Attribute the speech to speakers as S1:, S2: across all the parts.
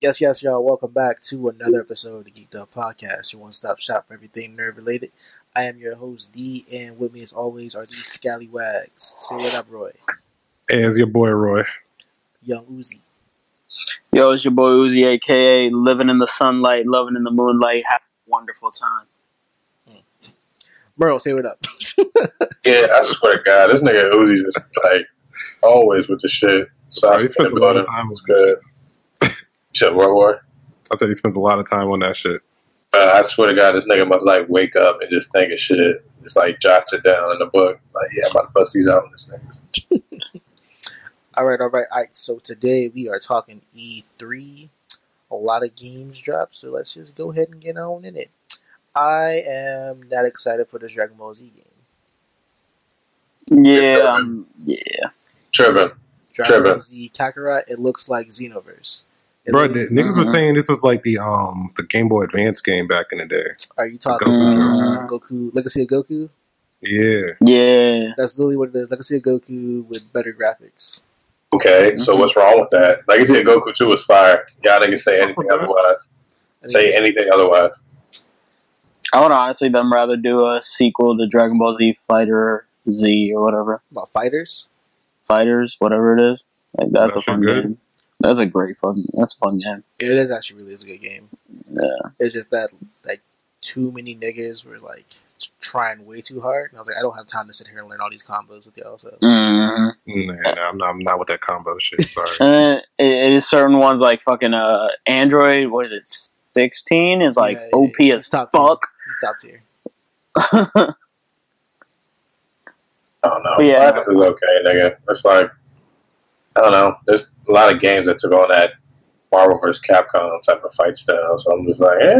S1: Yes, yes, y'all. Welcome back to another episode of the Geeked Up Podcast, your one-stop shop for everything nerd related. I am your host D, and with me, as always, are these scallywags. Say what up, Roy,
S2: Hey, it's your boy Roy.
S1: Young Uzi,
S3: Yo, it's your boy Uzi, aka living in the sunlight, loving in the moonlight, having a wonderful time.
S1: Merle. Say what up.
S4: Yeah, I swear to God, this nigga Uzi's is like always with the shit. So
S2: Bro, he spent a lot of time with
S4: It's good. Shit, World War.
S2: I said he spends a lot of time on that shit.
S4: Uh, I swear to God, this nigga must like wake up and just think of shit. Just like jots it down in the book. Like, yeah, I'm about to bust these out on this nigga.
S1: All right, all right, all right. So today we are talking E3. A lot of games dropped, so let's just go ahead and get on in it. I am not excited for this Dragon Ball Z game.
S4: Yeah.
S3: Yeah, um, yeah.
S4: Tripping.
S1: Dragon Ball
S4: Trevor.
S1: Z Kakarot. It looks like Xenoverse. It
S2: Bro,
S1: looks-
S2: the, niggas were
S3: Mhm.
S2: saying this was like the um the Game Boy Advance game back in the day.
S1: are you talking
S3: Goku.
S1: uh, Goku Legacy of Goku?
S2: Yeah,
S3: Yeah.
S1: That's literally what it is. Legacy of Goku with better graphics.
S4: Okay, so what's wrong with that? Like I said, Goku 2 is fire. Y'all niggas say anything otherwise.
S1: I mean,
S4: Say anything otherwise.
S3: I would honestly them rather do a sequel to Dragon Ball Z Fighter Z or whatever.
S1: about fighters.
S3: Fighters, whatever it is. Like that's
S2: That
S3: a
S2: shit
S3: fun
S2: good.
S3: game. That's a great fun that's a fun game.
S1: It is actually really is a good game.
S3: Yeah.
S1: It's just that like too many niggas were like trying way too hard, and I was like, I don't have time to sit here and learn all these combos with y'all. So
S3: Mm.
S2: nah, nah, I'm not. I'm not with that combo shit. Sorry.
S3: And it, it is certain ones like fucking uh Android, what is it, sixteen is like
S1: Yeah, yeah,
S3: OP
S1: yeah.
S3: as
S1: It's top
S3: fuck.
S1: he stopped here.
S4: I don't know.
S3: Yeah.
S4: This is okay, nigga. It's like I don't know. There's a lot of games that took on that Marvel vs. Capcom type of fight style, so I'm just like, eh.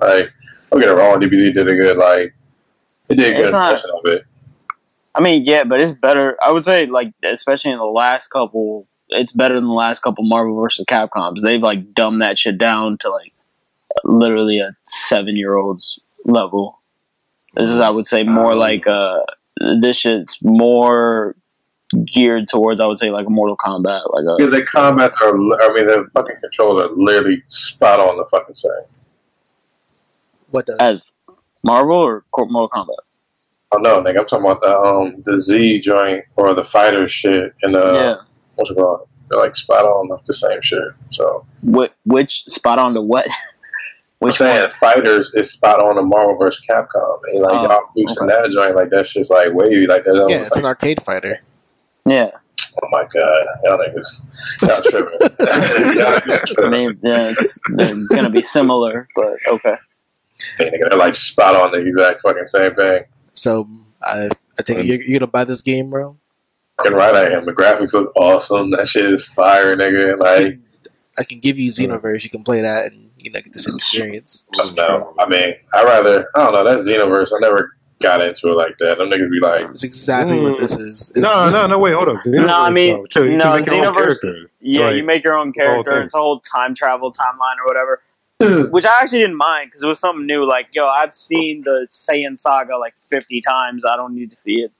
S4: Like, don't get it wrong. DBZ did a good like. It did a
S3: It's
S4: good
S3: not-
S4: impression of it.
S3: I mean, yeah, but it's better. I would say, like, especially in the last couple, it's better than the last couple Marvel versus Capcoms. They've like dumbed that shit down to like literally a seven year old's level. This is, I would say, more
S2: Um,
S3: like uh, this shit's more geared towards, I would say, like a Mortal Kombat, like uh, a
S4: Because the combats are, li- I mean, the fucking controls are literally spot on the fucking same.
S1: What does?
S3: as Marvel or Cor- Mortal Kombat.
S4: Oh no, nigga, I'm talking about the um the Z joint or the fighter shit and the
S3: yeah.
S4: what's it called? They're like spot on the same shit. So
S3: Which, which spot on to what?
S4: Which
S3: which
S4: saying
S3: one?
S4: fighters is spot on the Marvel vs. Capcom, and like
S3: Oh,
S4: y'all boosting
S3: okay.
S4: that joint like that's just like wavy, like that.
S1: yeah,
S4: Yeah,
S1: it's
S4: like,
S1: an arcade fighter.
S3: Yeah.
S4: oh my god, y'all niggas, y'all tripping. y'all niggas
S3: I
S4: tripping.
S3: mean, yeah, it's, they're going to be similar, but okay.
S4: Hey, nigga, They're like spot on the exact fucking same thing.
S1: So I, I
S2: Um,
S1: think you're, you're gonna buy this game, bro.
S4: Fucking right, I am. The graphics look awesome. That shit is fire, nigga.
S1: I
S4: Like
S1: can, I can give you Xenoverse. You can play that and you know get the same experience.
S4: I don't know. I mean, I rather I don't know. That's Xenoverse. I never got into it like that. Them niggas be like,
S1: It's exactly what this is. It's-
S2: Mm. No, no, no. Wait, hold up.
S3: No, I mean,
S2: Xenoverse, though. Chill, you
S3: no,
S2: can make your own
S3: Xenoverse-
S2: character.
S3: Yeah,
S2: Like,
S3: you make your own
S2: it's the whole
S3: character.
S2: thing.
S3: It's a whole time travel timeline or whatever,
S4: "Ugh."
S3: which I actually didn't mind because it was something new. Like, yo, I've seen the Saiyan saga like fifty times. I don't need to see it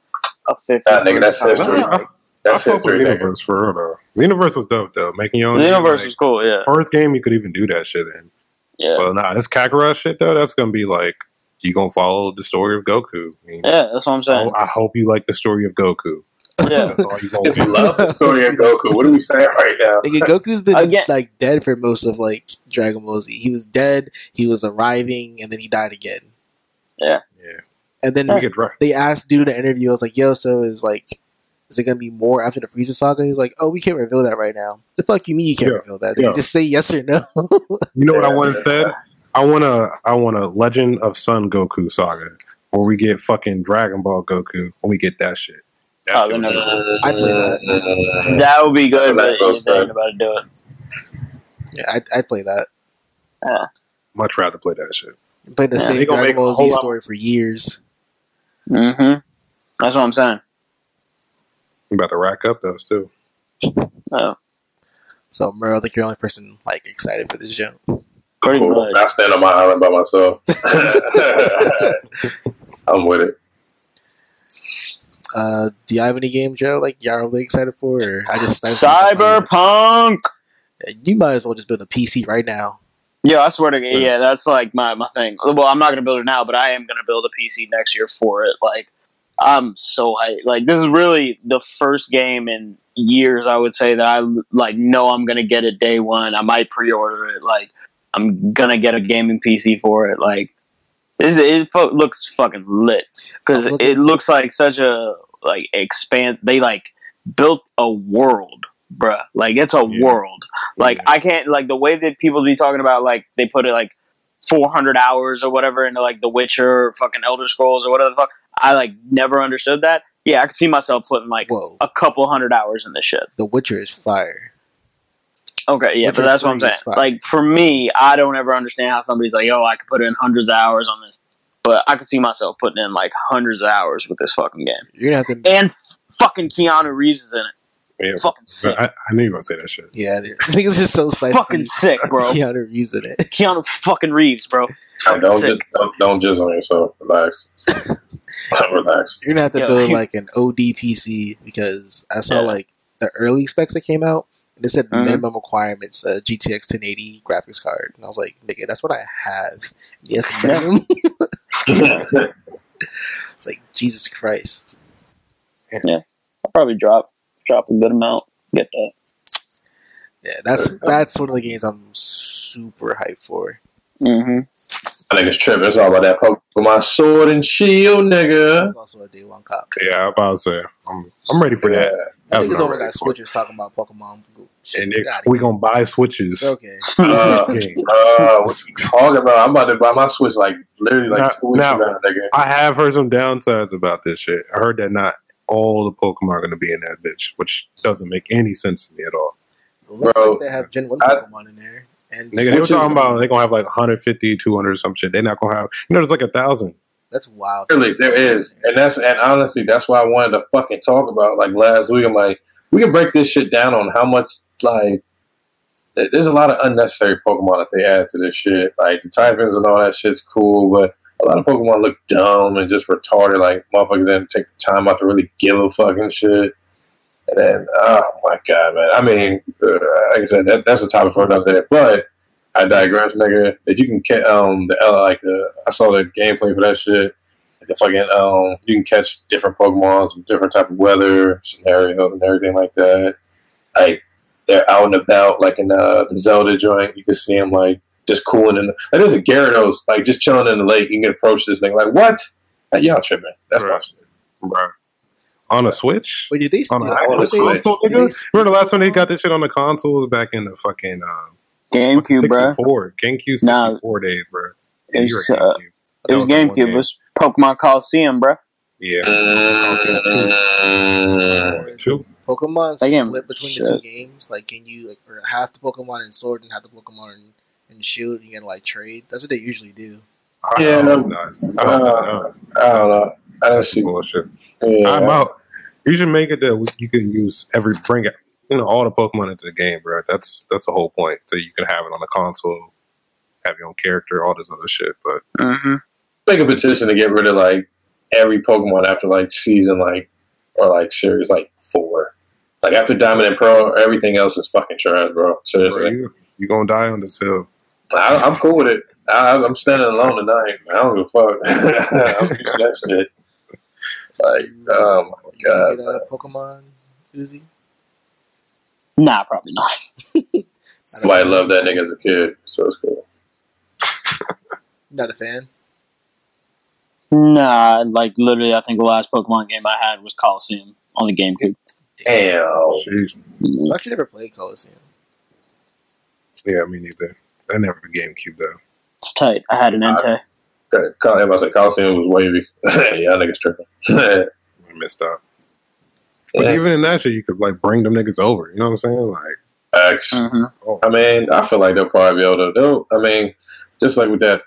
S3: a fifty.
S4: Nah, nigga, that's
S3: time.
S4: history.
S2: Nah, I- I
S4: that's
S2: fuck with
S4: history. nigga.
S2: Xenoverse for real though. Xenoverse was dope though. Making your own.
S3: Xenoverse
S2: like,
S3: was cool. Yeah,
S2: first game you could even do that shit in.
S3: yeah,
S2: Well, nah, this Kakarot shit though. That's gonna be like you gonna follow the story of Goku. I mean,
S3: yeah. That's what I'm saying.
S2: Oh, I hope you like the story of Goku.
S3: Yeah,
S2: That's all you gonna
S4: If you
S2: do.
S4: love the story of Goku, what are we saying right now?
S1: Nigga, Goku's been
S3: Again-
S1: like dead for most of like Dragon Ball Z. He was dead, he was arriving, and then he died again.
S2: Yeah,
S1: And then
S2: we get dra-
S1: they asked dude in an interview, I was like, "Yo, so is like, is it gonna be more after the Frieza saga?" He's like, "Oh, we can't reveal that right now." The fuck you mean you can't
S2: Yeah,
S1: reveal that? Did
S2: yeah.
S1: you just say yes or no?
S2: You know what I want
S4: Yeah.
S2: instead? I want a I want a Legend of Sun Goku saga where we get fucking Dragon Ball Goku and we get that shit. That
S3: Oh,
S2: shit
S3: they're
S2: would
S3: not-
S2: be-
S1: I play that.
S3: that would be good,
S4: That's
S3: but
S4: what I
S3: you
S4: was saying.
S3: ain't about to do it.
S1: yeah, I'd, I'd play that.
S2: much rather play that shit.
S1: Play the
S3: Yeah,
S1: same
S2: they gonna
S1: Dragon
S2: make a
S1: Ball
S2: whole
S1: Z
S2: lot-
S1: story for years.
S3: Mm-hmm. That's what I'm saying.
S2: I'm about to rack up those too.
S3: Oh,
S1: So Merle, I think you're the only person like excited for this jump.
S3: pretty
S4: Cool.
S3: much.
S4: I stand on my island by myself. I'm with it.
S1: Uh, do you have any game, Joe? Like you're really excited for? Or I just I just-
S3: Cyberpunk.
S1: You might as well just build a PC right now.
S3: Yeah, I swear to God, yeah, that's like my, my thing. Well, I'm not gonna build it now, but I am gonna build a PC next year for it. Like, I'm so hyped. Like, this is really the first game in years I would say that I like know I'm gonna get it day one. I might pre-order it. Like, I'm gonna get a gaming PC for it. Like, this it fo- looks fucking lit because
S1: I'm looking-
S3: it looks like such a like expand. They like built a world, bruh. Like, it's a
S2: Yeah.
S3: world. Like
S2: Yeah.
S3: I can't like the way that people be talking about like they put it like 400 hours or whatever into like The Witcher or fucking Elder Scrolls or whatever the fuck. I like never understood that. Yeah, I could see myself putting like
S1: Whoa,
S3: a couple hundred hours in this shit.
S1: The Witcher is fire.
S3: Okay, yeah,
S1: Witcher
S3: but that's what I'm
S1: three
S3: saying.
S1: is fire.
S3: Like for me, I don't ever understand how somebody's like, "Oh, I could put in hundreds of hours on this," but I could see myself putting in like hundreds of hours with this fucking game.
S1: You're gonna have to.
S3: And fucking Keanu Reeves is in it.
S2: Yeah,
S3: Fucking sick.
S2: I, I knew you were gonna say that shit.
S1: Yeah, it is. niggas are so spicy.
S3: Fucking sick, bro.
S1: Keanu Reeves in it.
S3: Keanu fucking Reeves, bro. It's
S4: Don't
S3: fucking sick.
S4: just don't, don't jizz on yourself. Relax. Relax.
S1: You're gonna have to
S3: Yo.
S1: build like an OD PC because I saw
S3: Yeah.
S1: like the early specs that came out. And it said
S3: Mhm.
S1: minimum requirements uh, GTX 1080 graphics card, and I was like, "Nigga, that's what I have." Yes,
S3: Yeah.
S1: minimum.
S4: yeah,
S1: it's like Jesus Christ.
S3: I'll probably drop drop a good amount. Get that.
S1: Yeah, that's
S3: Uh,
S1: that's one of the games I'm super hyped for.
S3: Mm-hmm.
S4: I think it's tripping. It's all about that Pokemon Sword and Shield, nigga.
S1: That's also a day one cop.
S2: Yeah, I'm about to say I'm, I'm ready for that. That's
S1: Niggas
S2: what I'm
S1: over
S2: ready
S1: got
S2: for.
S1: switches talking about Pokemon. Go-
S2: And
S1: Got
S2: it,
S1: it.
S2: we gonna buy switches.
S1: okay.
S4: Uh,
S2: Game.
S4: uh, what you talking about? I'm about to buy my Switch like literally like
S2: Now-
S4: two weeks
S2: now-
S4: ago, nigga.
S2: I have heard some downsides about this shit. I heard that not all the Pokemon are gonna be in that bitch, which doesn't make any sense to me at all.
S1: It looks
S4: Bro,
S1: like they have Gen One
S4: I-
S1: Pokemon in there, and
S2: Nigga, they were
S4: Switches-
S2: talking about they're gonna have like 150, 200 or some shit. They're not gonna have. You know, there's like a thousand.
S1: that's wild.
S4: Really, there is, and that's and honestly, that's why I wanted to fucking talk about like last week. I'm like, we can break this shit down on how much like th- there's a lot of unnecessary Pokemon that they add to this shit. Like the Typhons and all that shit's cool, but a lot of Pokemon look dumb and just retarded. Like motherfuckers didn't take the time out to really give a fucking shit. And then, oh my god, man! I mean, uh, like I said, that, that's a topic for another day. But I digress, nigga. That you can ca- um the L like the I saw the gameplay for that shit the fucking um, you can catch different Pokemon, with different type of weather scenarios, and everything like that. Like they're out and about, like in uh, the Zelda joint, you can see them like just cooling in. The, like, there's a Gyarados like just chilling in the lake. You can approach this thing like what? Like, y'all tripping? That's my
S2: Right.
S4: shit.
S2: Bro. On a Switch?
S1: Wait, did they?
S2: On an
S1: did-
S2: actual
S1: did they-
S4: Switch.
S2: console,
S1: did they
S2: nigga? Remember the last one they got this shit on the consoles back in the fucking um,
S3: GameCube, bro.
S2: 64. GameCube 64
S3: Nah.
S2: days, bro. Yeah, you
S3: It's,
S2: were at
S3: uh,
S2: GameCube.
S3: it was
S2: That was the one
S3: GameCube. It
S2: game.
S3: was Pokemon Coliseum, bro.
S2: Yeah.
S4: Mm,
S1: Or
S2: Two.
S1: Pokemon
S3: That game-
S1: split between
S3: shit.
S1: the two games? Like, can you like or half the Pokemon in Sword and half the Pokemon in, in Shield? And you gotta like trade. That's what they usually do.
S2: I
S4: Yeah,
S2: hope
S4: no.
S2: not. I hope not. I hope not.
S4: I don't know. I don't see.
S2: Bullshit.
S4: Yeah.
S2: I'm out. You should make it that we- you can use every bring it, you know, all the Pokemon into the game, bro. That's that's the whole point. So you can have it on the console, have your own character, all this other shit. But
S3: Mm-hmm.
S4: make a petition to get rid of like every Pokemon after like season like or like series like four. Like after Diamond and Pearl, everything else is fucking trash, bro.
S2: bro,
S4: Seriously,
S2: you you gonna die on this hill.
S4: I, I'm cool with it. I, I'm standing alone tonight. I don't give a fuck. I'm used to that shit. Like, oh my
S1: You gonna
S4: god,
S1: get a Pokemon Uzi?
S3: Nah, probably not.
S4: somebody loved that nigga as a kid, so it's cool.
S1: Not a fan.
S3: Nah, like literally, I think the last Pokemon game I had was Coliseum on the GameCube.
S4: Damn,
S2: Jeez.
S3: Mm.
S1: I actually never played Coliseum.
S2: Yeah, me neither. I never GameCube though.
S3: It's tight. I had an Entei.
S4: Col- Col- I said Coliseum was wavy. yeah, that nigga's tripping. yeah.
S2: I missed out. But even in that shit, you could like bring them niggas over. You know what I'm saying? Like,
S4: Facts.
S3: Mm-hmm.
S4: I mean, I feel like they'll probably be able to. They'll, I mean, just like with that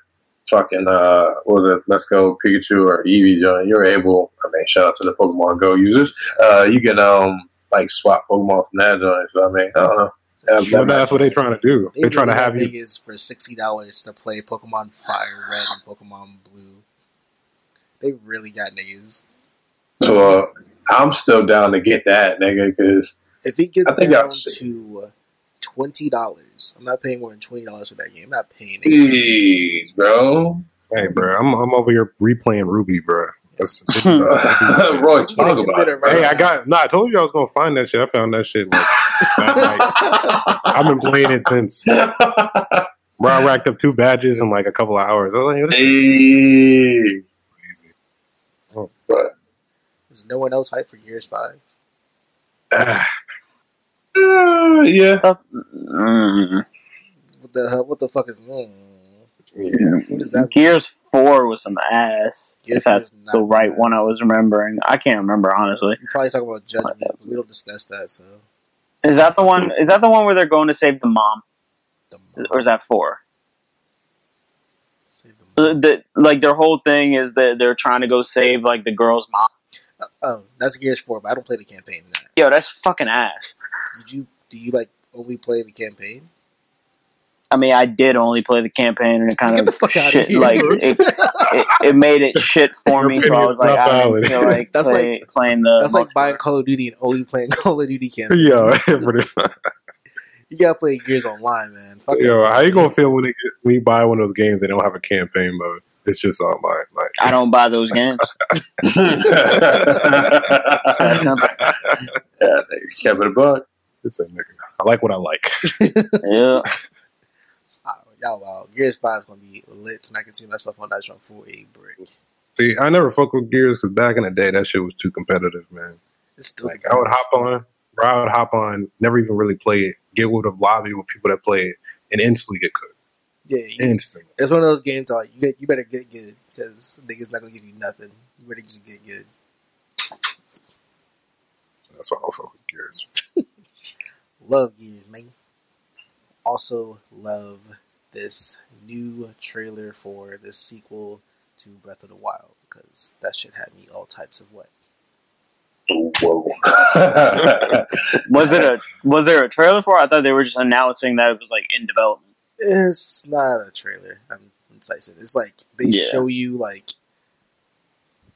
S4: fucking uh, what was it? Let's go Pikachu or Eevee, John. You're able. I mean, shout out to the Pokemon Go users. Uh, you can um like swap Pokemon from that joint. So I mean, I don't know. Yeah,
S2: well, that's what they trying to do. They trying to
S1: really
S2: have
S1: got
S2: you.
S1: niggas for sixty dollars to play Pokemon Fire Red and Pokemon Blue. They really got niggas.
S4: So uh, I'm still down to get that nigga because
S1: If it gets
S4: I think
S1: down
S4: I'll see.
S1: to uh, twenty dollars. I'm not paying more than twenty dollars for that game. I'm not paying. it.
S4: Jeez, bro.
S2: Hey, bro, I'm I'm over here replaying Ruby, bro. That's, uh,
S4: Roy, talk
S1: Get it
S4: about it.
S1: right.
S2: hey, I got. Nah, I told you I was gonna find that shit. I found that shit. Like, that night. I've been playing it since. Bro, I racked up two badges in like a couple of hours. I was like, yo, this is
S4: hey.
S2: crazy.
S4: But,
S1: Is no one else hyped for Gears Five?
S2: Ah,
S4: uh, yeah.
S3: Mm.
S1: What the hell? What the fuck is? Mm,
S2: yeah.
S1: what is that?
S3: Gears Four was some ass.
S1: Gears
S3: if that's
S1: is not
S3: the
S1: some
S3: right one, I
S1: ass.
S3: was remembering. I can't remember honestly.
S1: We probably talk about judgment. but we don't discuss that. So
S3: Is that the one? Is that the one where they're going to save the mom,
S1: the
S3: or is that four?
S1: Save the
S3: The, the- like their whole thing is that they're trying to go save like the girl's mom.
S1: Oh, that's Gears Four, but I don't play the campaign. in That
S3: Yo, that's fucking ass.
S1: did you? Do you like only play the campaign?
S3: I mean, I did only play the campaign, and it kind
S1: Get
S3: of
S1: the fuck out
S3: shit,
S1: of here!
S3: Like it, it, it made it shit for
S2: Your
S3: me. So I was
S2: opinion's
S3: like,
S2: not
S3: I don't even
S2: valid.
S3: feel like,
S1: That's
S3: play, playing the.
S1: that's like
S3: multiplayer.
S1: buying Call of Duty and only playing Call of Duty campaign.
S2: Yo, pretty much.
S1: You gotta play Gears Online, man. Fuck
S2: yo,
S1: that
S2: how you
S1: campaign.
S2: gonna feel when, it, when you buy one of those games that don't have a campaign mode? It's just online. Like,
S3: I don't buy those games. That's
S4: yeah,
S3: not
S4: they kept it a buck.
S2: it's a nigga. I like what I like.
S3: yeah.
S1: Oh, y'all wow. Gears 5 is going to be lit, and I can see myself on that jump for a brick.
S2: See, I never fuck with Gears because back in the day, that shit was too competitive, man.
S1: It's still
S2: Like I would hop on, bro, I would hop on, never even really play it, get with a lobby with people that play it, and instantly get cooked.
S1: Yeah, you,
S2: Instantly.
S1: it's one of those games that like, you, get, you better get good, because niggas not going to give you nothing. You better just get good.
S2: That's why I don't fuck with Gears.
S1: Love Gears, man. Also, love this new trailer for the sequel to Breath of the Wild, because that shit had me all types of what?
S4: Whoa.
S3: Was it a was there a trailer for? it? I thought they were just announcing that it was like in development.
S1: It's not a trailer. I'm incisive. It's like they
S3: Yeah.
S1: show you, like,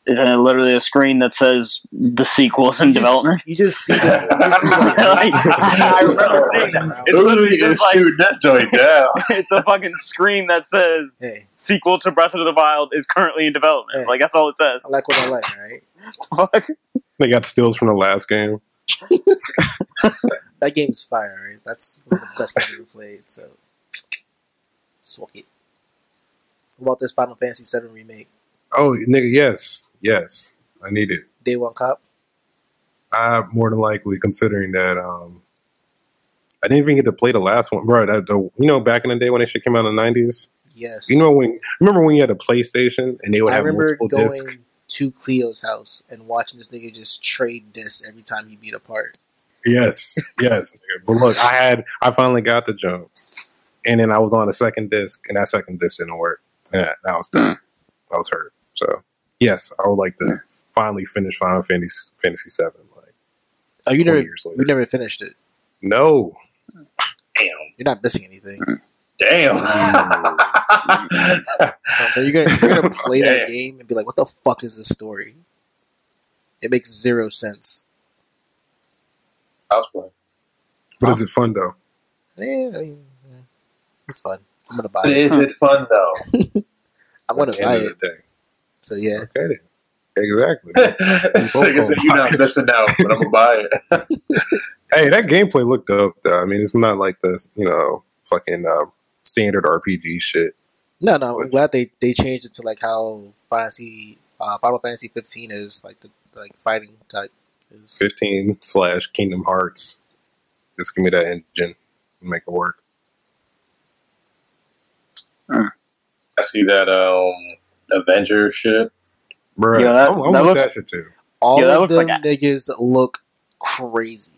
S3: Isn't it literally a screen that says the sequel's in
S1: you just-
S3: development?
S1: You just see them. You just see like,
S3: Like, I remember seeing that. It's-
S4: Uzi
S3: it's
S4: is
S3: like-
S4: shooting that joint down.
S3: it's a fucking screen that says
S1: hey,
S3: sequel to Breath of the Wild is currently in development.
S1: Hey.
S3: Like that's all it says.
S1: I like what I like, right?
S3: Fuck.
S2: They got steals from the last game.
S1: That game's fire, right? That's one of the best game I've ever played, so. Swag it. What about this Final Fantasy VII remake?
S2: Oh, nigga, yes, yes, I need it.
S1: Day One Cop?
S2: I more than likely considering that um, I didn't even get to play the last one, bro. That, the, you know, back in the day when that shit came out in the nineties.
S1: Yes.
S2: You know when? Remember when you had a PlayStation and they would
S1: I
S2: have
S1: remember
S2: multiple
S1: going
S2: discs?
S1: to Cleo's house and watching this nigga just trade discs every time he beat a part.
S2: Yes, yes. nigga. But look, I had I finally got the jump, and then I was on a second disc, and that second disc didn't work. Yeah, that was done.
S1: Hmm.
S2: I was hurt. So yes, I would like to finally finish Final Fantasy Fantasy Seven. Like
S1: Oh, you
S2: 20
S1: never,
S2: years
S1: you
S2: later.
S1: never finished it.
S2: No,
S1: You're not missing anything.
S2: Mm.
S4: Damn.
S1: So you're gonna, you're gonna play that
S4: Yeah.
S1: game and be like, "What the fuck is this story?" It makes zero sense.
S4: House play.
S2: but is it fun though?
S1: Yeah, I mean, yeah. it's fun. I'm gonna buy
S4: But
S1: it.
S4: is it fun though?
S1: I'm gonna
S2: At the
S1: buy
S2: end
S1: it.
S2: of the day.
S1: So yeah,
S2: Okay, then. exactly.
S4: This nigga said you're not missing out, but I'm gonna buy it.
S2: hey, that gameplay looked dope. Though I mean, it's not like the you know fucking uh, standard RPG shit.
S1: no, no. I'm
S2: Which-
S1: glad they they changed it to like how Fantasy uh, Final Fantasy 15 is like the like fighting type. Is,
S2: Fifteen slash Kingdom Hearts. Just give me that engine and make it work.
S4: I see that um Avenger shit.
S2: Bruh,
S3: Yeah, that-
S2: I'm, I'm
S3: that
S2: with
S3: looks-
S2: that shit too.
S1: all
S3: Yeah, that
S1: of
S3: looks
S1: them
S3: like
S1: niggas look crazy.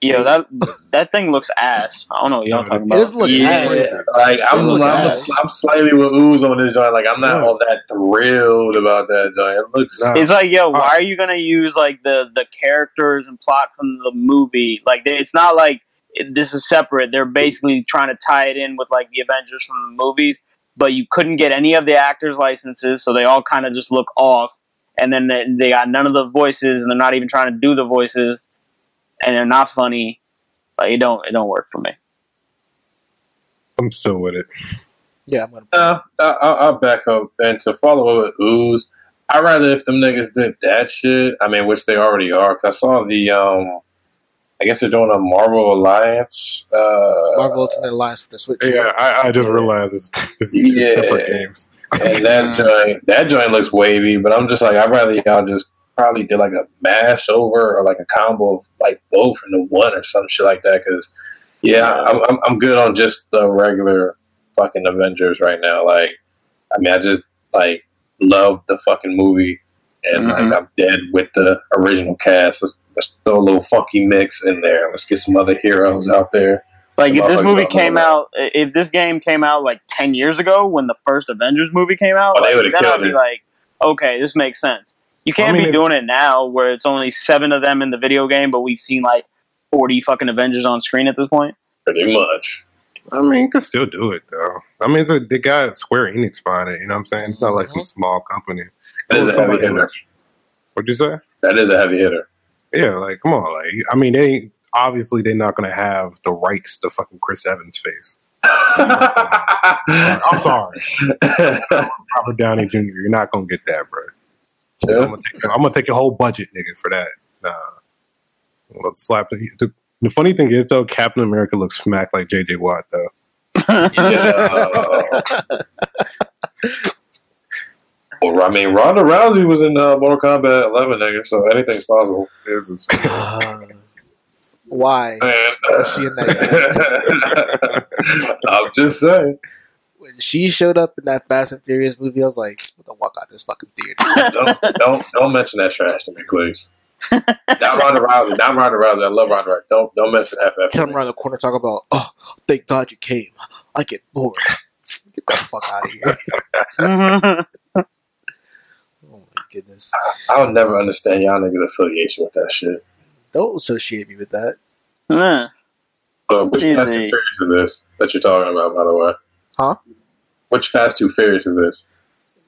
S3: Yo, that that thing looks ass. I don't know what y'all
S2: No,
S3: talking
S1: It
S3: about.
S1: doesn't look
S4: yeah,
S1: ass.
S4: like I'm,
S1: Doesn't look
S4: I'm,
S1: ass.
S4: I'm slightly with ooze on this joint. Like I'm not
S2: Yeah.
S4: all that thrilled about that joint. It looks
S2: Nah.
S3: It's like, yo, why
S2: Alright.
S3: are you gonna use like the the characters and plot from the movie? Like, they, it's not like it- this is separate. They're basically trying to tie it in with like the Avengers from the movies, but you couldn't get any of the actors' licenses, so they all kind of just look off. And then they, they got none of the voices, and they're not even trying to do the voices, and they're not funny. Like, it don't it don't work for me.
S2: I'm still with it.
S1: Yeah, I'm gonna.
S4: Uh, I, I, I'll back up and to follow up with ooze. I rather if them niggas did that shit. I mean, which they already are. 'cause I saw the um, I guess they're doing a Marvel Alliance. Uh,
S1: Marvel Ultimate Alliance for the Switch.
S2: Yeah, I, I just realized it's, it's two
S4: Yeah.
S2: separate games.
S4: and that joint, that joint looks wavy. But I'm just like, I'd rather y'all just probably did like a mash over or like a combo of like both into one or some shit like that. Because yeah, I'm, I'm I'm good on just the regular fucking Avengers right now. Like, I mean, I just like love the fucking movie, and like I'm dead with the original cast. Let's, let's throw a little funky mix in there. Let's get some other heroes out there.
S3: Like if this
S4: Motherfuckers
S3: movie
S4: don't
S3: came
S4: know that.
S3: out, i- if this game came out like ten years ago when the first Avengers movie came out,
S4: Oh, they
S3: like,
S4: would've
S3: then I'd
S4: killed
S3: be
S4: it.
S3: like, okay, this makes sense. You can't
S2: mean,
S3: be
S2: if-
S3: doing it now where it's only seven of them in the video game, but we've seen like forty fucking Avengers on screen at this point.
S4: Pretty much.
S2: I mean, you could still do it though. I mean, it's a, they got Square Enix behind it. You know what I'm saying? It's not like some small company.
S4: That is a heavy
S2: Somebody-
S4: hitter.
S2: What'd you say?
S4: That is a heavy hitter.
S2: Yeah, like come on, like I mean, they obviously they're not gonna have the rights to fucking Chris Evans' face. Like, I'm sorry, Robert Downey Jr. You're not gonna get that, bro. I'm
S4: Yeah.
S2: gonna take your, I'm gonna take your whole budget, nigga, for that. Nah, let's slap the, the. The funny thing is though, Captain America looks smack like JJ Watt though.
S4: Yeah. Well, I mean, Ronda Rousey was in uh, Mortal Kombat 11, nigga, so anything's possible.
S2: This is-
S1: Uh, why
S4: And, uh,
S1: was she in that?
S4: I'm just saying.
S1: when she showed up in that Fast and Furious movie, I was like, "What the walk out this fucking theater."
S4: Don't, don't don't mention that trash to me, please. Not Ronda Rousey. Not Ronda Rousey. I love Ronda Rousey. Don't don't mention FF. to
S1: Come
S4: me.
S1: around the corner, talk about, "Oh, thank God you came." I get bored. Get the fuck out of here!
S3: Mm-hmm.
S1: Oh my goodness!
S4: I'll never understand y'all niggas' affiliation with that shit.
S1: Don't associate me with that,
S3: Nah.
S4: But which
S3: Excuse
S4: Fast and
S3: me.
S4: Furious is this that you're talking about, by the way?
S1: huh?
S4: Which Fast Two Furious is this?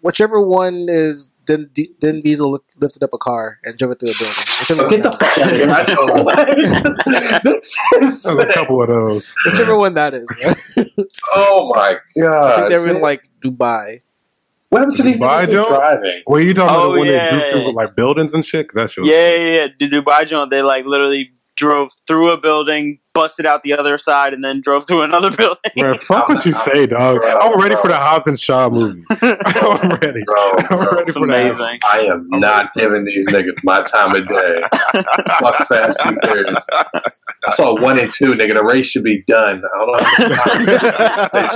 S1: Whichever one is then, D- then Diesel li- lifted up a car and drove it through a building. Whichever one,
S4: Get the
S1: that,
S4: fuck out of here! I know what. This is
S2: There's a
S4: sick.
S2: couple of those.
S1: whichever one that is.
S4: Oh my god!
S1: I think they were in
S4: man.
S1: like Dubai.
S4: what happened to these
S2: Dubai
S4: niggas
S2: Joe?
S4: who's driving?
S2: Well, you talking about
S3: Oh,
S2: the one that
S3: yeah.
S2: drove through like buildings and shit? 'Cause That shit was
S3: Yeah, yeah, yeah. The Dubai joint, they like literally drove through a building, busted out the other side, and then drove through another building.
S2: Bro, fuck what you say, dog. I'm ready for the Hobbs and Shaw movie. I'm ready.
S4: Bro,
S2: I'm
S4: bro,
S2: ready
S4: it's
S2: for that.
S3: amazing.
S4: I am
S2: I'm
S4: not giving these niggas my time of day. Fuck Fast Two Furious. I saw one and two, nigga. The race should be done. I don't know. how many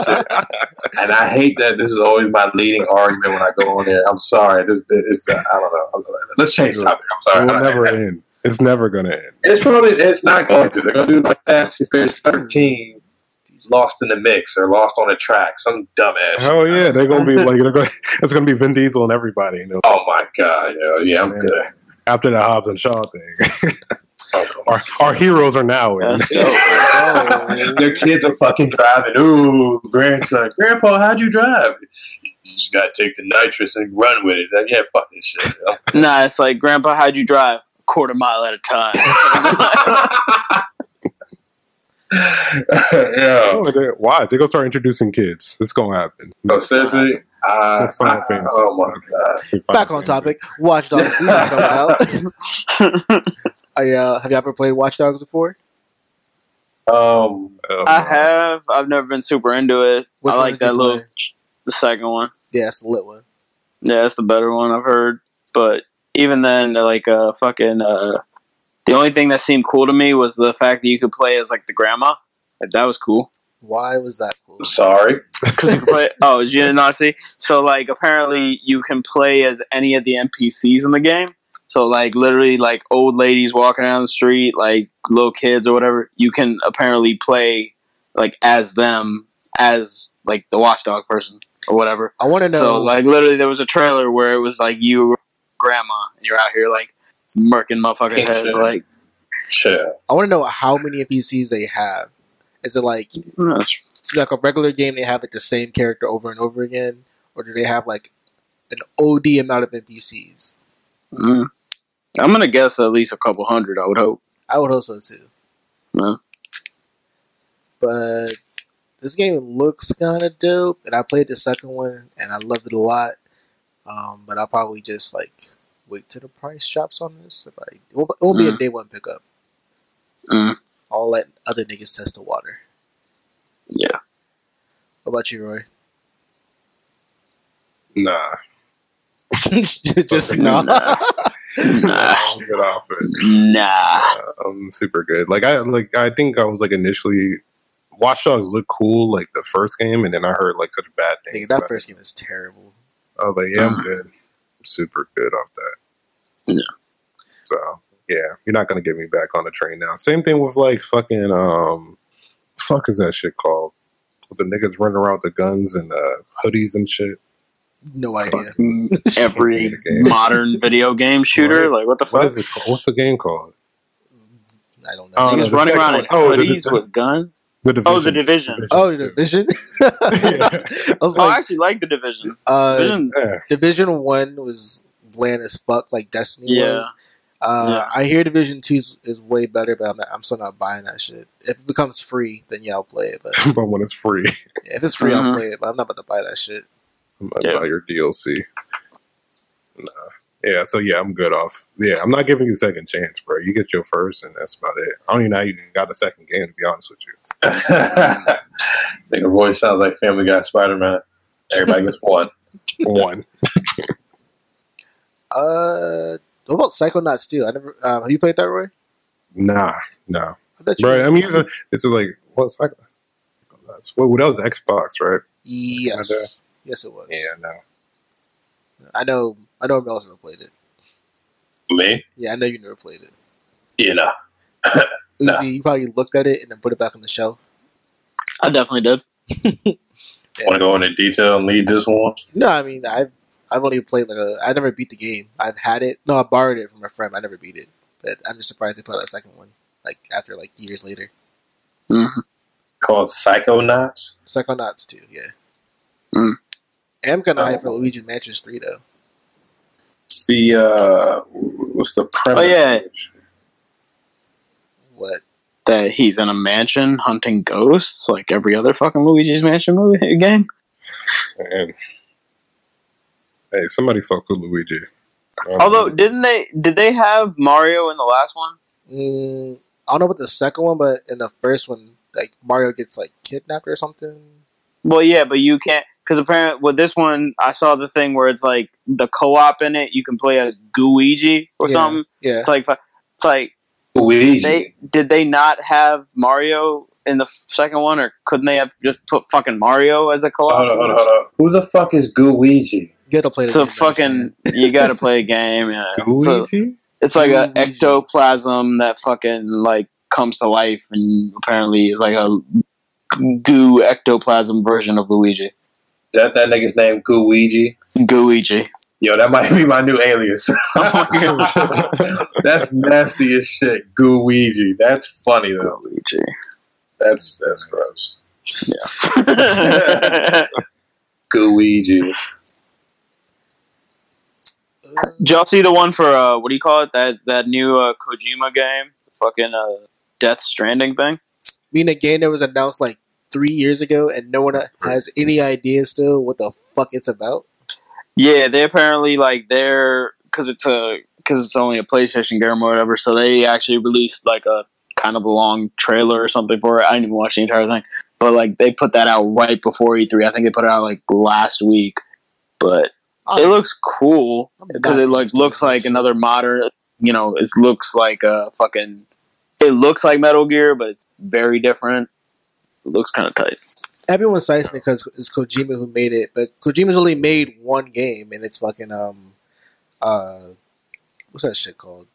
S4: times- and I hate that this is always my leading argument when I go on there. I'm sorry. This it's uh, I don't know. Let's change topic.
S2: it
S4: I'm
S2: will
S4: sorry.
S2: never end. It's never gonna end.
S4: It's probably it's not going to. They're gonna do like Fast and Furious 13, lost in the mix or lost on a track. Some dumbass.
S2: Hell yeah, they're gonna be like they're gonna. It's gonna be Vin Diesel and everybody. You know,
S4: Oh my god. Yo, yeah, I'm
S2: Man.
S4: good.
S2: after the Hobbs and Shaw thing,
S4: Oh, come on.
S2: our, our heroes are now in.
S3: That's-
S4: Their kids are fucking driving. Ooh, grandson, grandpa, how'd you drive? You just gotta take the nitrous and run with it. Like, yeah, fuck this shit. yo.
S3: nah, it's like, Grandpa, how'd you drive? Quarter mile at a time.
S4: yeah.
S2: Oh, they- Why? They're gonna start introducing kids. It's gonna happen.
S4: So seriously, I,
S2: That's Final Fantasy.
S4: oh my god.
S1: Back on topic. Watch Dogs season's coming out. Are you, uh, have you ever played Watch Dogs before?
S4: Um,
S2: Um,
S3: I have. I've never been super into it.
S1: Which one
S3: I like
S1: did you
S3: that little,
S1: play?
S3: the second one.
S1: Yeah, it's the lit one.
S3: Yeah, that's the better one I've heard. But even then, like uh, fucking, uh, the only thing that seemed cool to me was the fact that you could play as like the grandma. Like, that was cool
S1: Why was that cool?
S4: I'm sorry.
S3: because you could play. oh, you didn't not see? So like, apparently, you can play as any of the NPCs in the game. So like, literally, like old ladies walking down the street, like little kids or whatever. You can apparently play like as them, as like the watchdog person or whatever.
S1: I want to know.
S3: So like literally there was a trailer where it was like you were grandma and you're out here like murking motherfuckers heads like
S4: Chill.
S1: I want to know how many NPCs they have. Is it like like a regular game? They have like the same character over and over again, or do they have like an OD amount of NPCs?
S3: mm. I'm gonna guess at least a couple hundred I would hope.
S1: I would hope so too.
S3: Yeah.
S1: But this game looks kind of dope, and I played the second one and I loved it a lot. Um, but I'll probably just like wait till the price drops on this. If I, it won't, it won't be a
S3: Mm.
S1: day one pickup.
S3: Mm.
S1: I'll let other niggas test the water.
S3: Yeah.
S1: What about you, Roy?
S2: Nah,
S1: just
S2: Fucking
S1: no.
S3: nah. nah.
S2: I'm good off it.
S3: Nah.
S2: Uh, I'm super good. Like I like I think I was like initially Watch Dogs looked cool like the first game, and then I heard like such bad
S1: Nigga,
S2: things.
S1: that
S2: about
S1: first game is terrible.
S2: it. I was like, yeah, I'm
S3: Mm.
S2: good. I'm super good off that.
S3: Yeah.
S2: So yeah, you're not gonna get me back on the train now. Same thing with like fucking um, fuck is that shit called? With the niggas running around with the guns and uh, hoodies and shit.
S1: No idea.
S3: Mm, Every
S2: Okay.
S3: modern video game shooter,
S2: Right.
S3: like what the
S2: What
S3: fuck?
S2: is it called? What's the game called?
S1: I don't know.
S2: Oh, no,
S3: Niggas
S2: the
S3: running
S2: second
S3: around
S2: one.
S3: in
S2: Oh, the
S3: hoodies
S2: Divi-
S3: with guns.
S2: The division.
S3: Oh, The Division.
S1: oh,
S2: two.
S1: the division. I was
S3: oh, I
S1: like,
S3: actually like the division.
S1: uh,
S3: Division,
S2: Yeah.
S1: Division One was bland as fuck, like Destiny
S3: Yeah.
S1: was. Uh, I hear Division Two is, is way better, but I'm not, I'm still not buying that shit. If it becomes free, then yeah, I'll play it. But
S2: but when it's free,
S1: if it's free, I'll
S3: Mhm.
S1: play it. But I'm not about to buy that shit.
S2: I'm not
S3: Yeah.
S2: buy your DLC. Nah. Yeah, so yeah, I'm good off. Yeah, I'm not giving you a second chance, bro. You get your first, and that's about it. I don't even know how you got a second game, to be honest with you.
S4: Nigga, Roy sounds like Family Guy Spider Man. Everybody gets one.
S2: One.
S1: Uh, what about Psychonauts 2? I never. Um, have you played that, Roy?
S2: Nah, nah.
S1: I thought you
S2: Bro, I'm using this is like, what's that? That's, well, that was Xbox, right?
S1: Yes. Yes, it was.
S2: Yeah, no.
S1: I know. I know. Mel's never played it.
S4: Me?
S1: Yeah, I know you never played it.
S4: You know.
S1: Uzi,
S4: Nah.
S1: you probably looked at it and then put it back on the shelf.
S3: I definitely did.
S4: Want to go into detail and lead this one?
S1: No, I mean, I've I've only played like a. I never beat the game. I've had it. No, I borrowed it from a friend. I never beat it, but I'm just surprised they put out a second one. Like after like years later,
S3: Mhm.
S4: Called Psychonauts?
S1: Psychonauts too. Yeah.
S3: Mm.
S1: I am kind of
S4: Oh.
S1: hyped for Luigi Mansions three though.
S4: It's the, uh, what's the premise?
S3: Oh yeah,
S1: What?
S3: that he's in a mansion hunting ghosts, like every other fucking Luigi's Mansion movie game.
S2: And, hey, somebody fuck with Luigi. Um, I don't
S3: Although,
S2: know.
S3: didn't they? Did they have Mario in the last one?
S1: Mm, I don't know about the second one, but in the first one, like Mario gets like kidnapped or something.
S3: Well, yeah, but you can't because apparently with this one, I saw the thing where it's like the co-op in it. You can play as Guigi or
S1: Yeah.
S3: something.
S1: Yeah.
S3: It's like it's like
S4: Luigi.
S3: they did they not have Mario in the second one, or couldn't they have just put fucking Mario as a co-op?
S4: Hold on, hold on, hold on. Who the fuck is Luigi?
S1: You got to play the
S3: So
S1: game. to understand.
S3: fucking, you gotta play a game. Yeah. So
S2: Luigi?
S3: it's like a
S1: Luigi.
S3: ectoplasm that fucking like comes to life, and apparently is like a goo ectoplasm version of Luigi.
S4: Is that that nigga's name, Luigi?
S3: Gooigi.
S4: Yo, that might be my new alias. that's nasty as shit, Luigi. That's funny though.
S3: Luigi.
S4: That's that's gross.
S3: Yeah.
S4: Luigi.
S1: Uh,
S3: Did y'all see the one for uh, what do you call it? That that new uh, Kojima game, fucking uh, Death Stranding thing.
S1: mean a game that was announced like three years ago and no one has any idea still what the fuck it's about.
S3: Yeah, they apparently like they're because it's a because it's only a PlayStation game or whatever. So they actually released like a kind of a long trailer or something for it. I didn't even watch the entire thing, but like they put that out right before E3. I think they put it out like last week, but it
S1: Oh.
S3: looks cool
S1: I'm
S3: because
S1: not
S3: it like
S1: interested
S3: looks
S1: in this
S3: like
S1: shit.
S3: another modern. You know, it looks like a fucking. It looks like Metal Gear, but it's very different. looks kind of tight.
S1: Everyone cites it because it's Kojima who made it, but Kojima's only made one game and it's fucking um uh what's that shit called?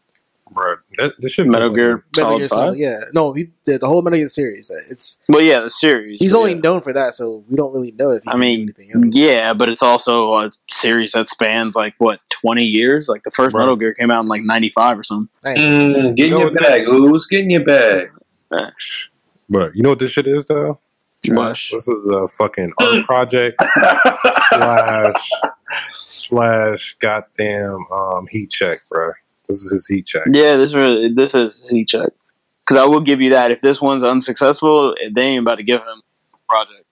S2: Bro, that, this shit feels
S3: Metal
S2: like-
S3: Gear Solid Five.
S1: Solid, yeah. No, he did the whole Metal Gear series. Uh, It's
S3: Well, yeah, the series.
S1: he's
S3: but
S1: only
S3: yeah.
S1: known for that, so we don't really know if he
S3: I
S1: can
S3: mean,
S1: do anything else.
S3: Yeah, but it's also a series that spans like what twenty years. Like the first
S2: Right.
S3: Metal Gear came out in like ninety five or something.
S4: Mm, get in
S2: You know
S4: your
S2: what-
S4: bag, Who's Get in your bag.
S2: But you know what this shit is though?
S1: Trash.
S2: This is a fucking art project slash slash goddamn um heat check, bro. This is his heat check.
S3: Yeah, this really this is C check. Because I will give you that. If this one's unsuccessful, they ain't about to give him project.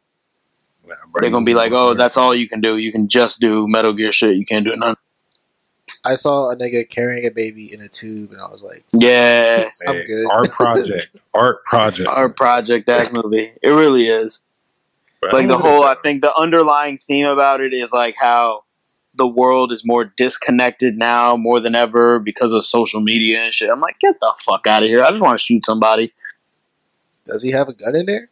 S2: Nah,
S3: They're gonna be like, "Oh, that's all you can do. You can just do Metal Gear shit. You can't do none."
S1: I saw a nigga carrying a baby in a tube, and I was like,
S3: Yeah,
S1: I'm good.
S2: Art project, art project,
S3: our project ass movie. It really is.
S2: Bro,
S3: like the
S2: I'm with
S3: whole
S2: it,
S3: i think the underlying theme about it is like how the world is more disconnected now more than ever because of social media and shit i'm like get the fuck out of here i just want to shoot somebody
S1: "Does he have a gun in there?"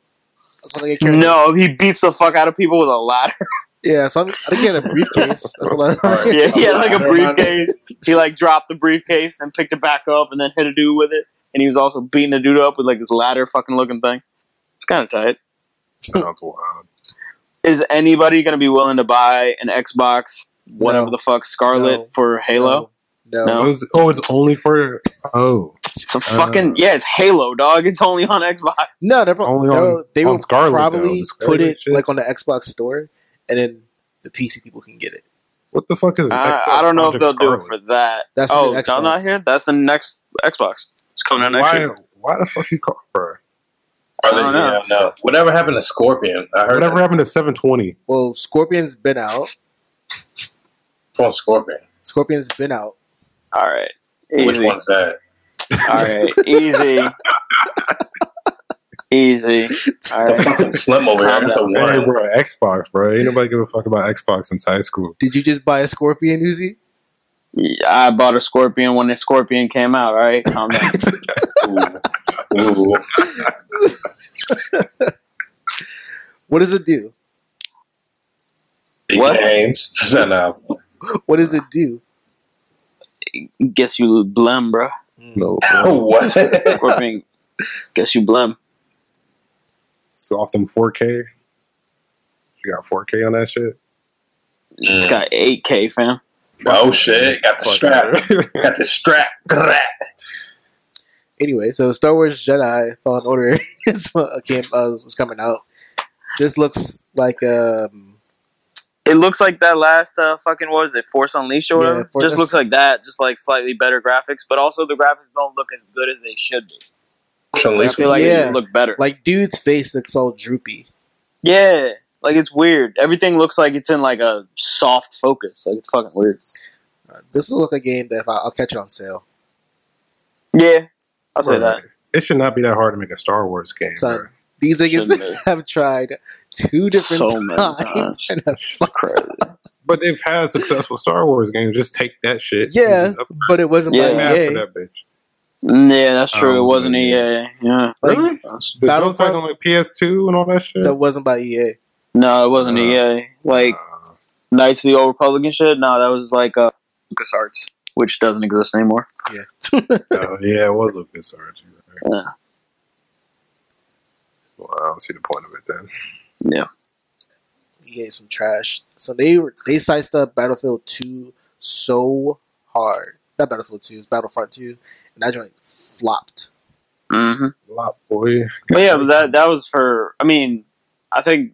S1: That's like
S3: no he beats the fuck out of people with a ladder
S1: Yeah, so I'm, I think he had a briefcase. That's what I.
S4: Right.
S3: yeah he had like a
S4: Ladder,
S3: briefcase he like dropped the briefcase and picked it back up and then hit a dude with it and he was also beating a dude up with like this ladder fucking looking thing it's kind of tight
S2: Sounds wild.
S3: is anybody going to be willing to buy an xbox whatever
S1: No.
S3: the fuck scarlet
S1: No.
S3: for halo
S1: No.
S3: No.
S1: no.
S2: It was- oh, it's only for oh,
S3: It's a fucking
S2: Uh,
S3: yeah. It's Halo, dog. It's only on Xbox.
S1: No, they're, pro-
S2: Only
S1: they're-
S2: on-
S1: they
S2: on
S1: will
S2: Scarlet, though.
S1: probably
S2: The Scarlet
S1: put it
S2: shit.
S1: like on the Xbox store, and then the PC people can get it.
S2: what the fuck is?
S3: I,
S2: Xbox
S3: I don't know if
S2: Project
S3: they'll do it
S2: Scarlet?
S3: for that.
S1: That's
S3: oh,
S1: the new
S3: y'all not
S1: Xbox.
S3: here. That's the next Xbox. It's coming out next
S2: why?
S3: year.
S2: Why the fuck you call, bro?
S4: Are they,
S3: I don't know.
S4: yeah, no. Whatever happened to Scorpion? I heard
S2: Whatever
S4: that
S2: happened to 720?
S1: Well, Scorpion's been out.
S4: from Scorpion.
S1: Scorpion's been out.
S3: All right,
S4: Which
S3: easy.
S4: one's that?
S3: All right, easy, easy. All
S4: The
S3: right.
S4: fucking Slim over here.
S3: I'm
S4: I'm the
S2: Hey,
S4: one.
S2: bro, Xbox, bro. Ain't nobody give a fuck about Xbox since high school.
S1: Did you just buy a Scorpion Uzi?
S3: Yeah, I bought a Scorpion when the Scorpion came out. All right, calm down.
S4: Ooh. Ooh.
S1: What does it do?
S4: Big
S3: What?
S4: Names. no.
S1: What does it do?
S3: Guess you blem, bro.
S2: No,
S4: no. what?
S3: Scorpion. Guess you blem.
S2: so off them 4K. You got 4K on that shit.
S3: It's
S4: Mm.
S3: got 8K, fam.
S4: oh shit! Got the
S2: Fuck
S4: strap.
S2: it.
S4: Got the strap. Grrrr.
S1: Anyway, so Star Wars Jedi Fallen Order is what came, uh, was coming out. This looks like um,
S3: it looks like that last uh, fucking what is it Force Unleashed or
S1: Yeah,
S3: whatever.
S1: Force-
S3: just looks like that, just like slightly better graphics, but also the graphics don't look as good as they should be. Like,
S4: At
S3: I
S4: least
S3: feel like
S1: Yeah.
S3: it should look better.
S1: like dude's face looks all droopy.
S3: yeah, like it's weird. Everything looks like it's in like a soft focus. Like it's fucking weird.
S1: Uh, This will look a game that if I, I'll catch it on sale.
S3: Yeah, I'll say
S2: Bro,
S3: that.
S2: It should not be that hard to make a Star Wars game.
S1: Son.
S2: bro.
S1: These
S3: Shouldn't they?
S1: niggas have tried two different
S3: So many
S1: times.
S3: times.
S1: And have fucked
S3: Crazy.
S2: But they've had successful Star Wars games. Just take that shit. and
S1: Yeah.
S2: just up-
S1: but it wasn't
S3: Yeah.
S1: yeah.
S2: mad
S1: by E
S2: for
S1: EA.
S2: that bitch.
S3: Mm, Yeah, that's true.
S2: Oh,
S3: it wasn't EA.
S2: man.
S3: Yeah.
S1: Like,
S2: Really?
S3: That's-
S2: The
S1: Battlefront-
S2: Battlefront on like PS2 and all that shit.
S1: That wasn't by E EA.
S3: No, it wasn't
S2: Uh,
S3: EA. Like
S2: Nah.
S3: Knights of the Old Republic and shit. No, that was like uh, LucasArts, which doesn't exist anymore.
S2: Oh, yeah, it was LucasArts. you're Right?
S3: Yeah.
S2: Well, I don't see the point of it then.
S3: Yeah.
S1: EA E some trash. So they were they sized up Battlefield 2 so hard. Not Battlefield 2, it's Battlefront 2. And that joint flopped.
S3: Mm-hmm.
S2: Lot boy.
S3: But yeah, but that that was for. I mean, I think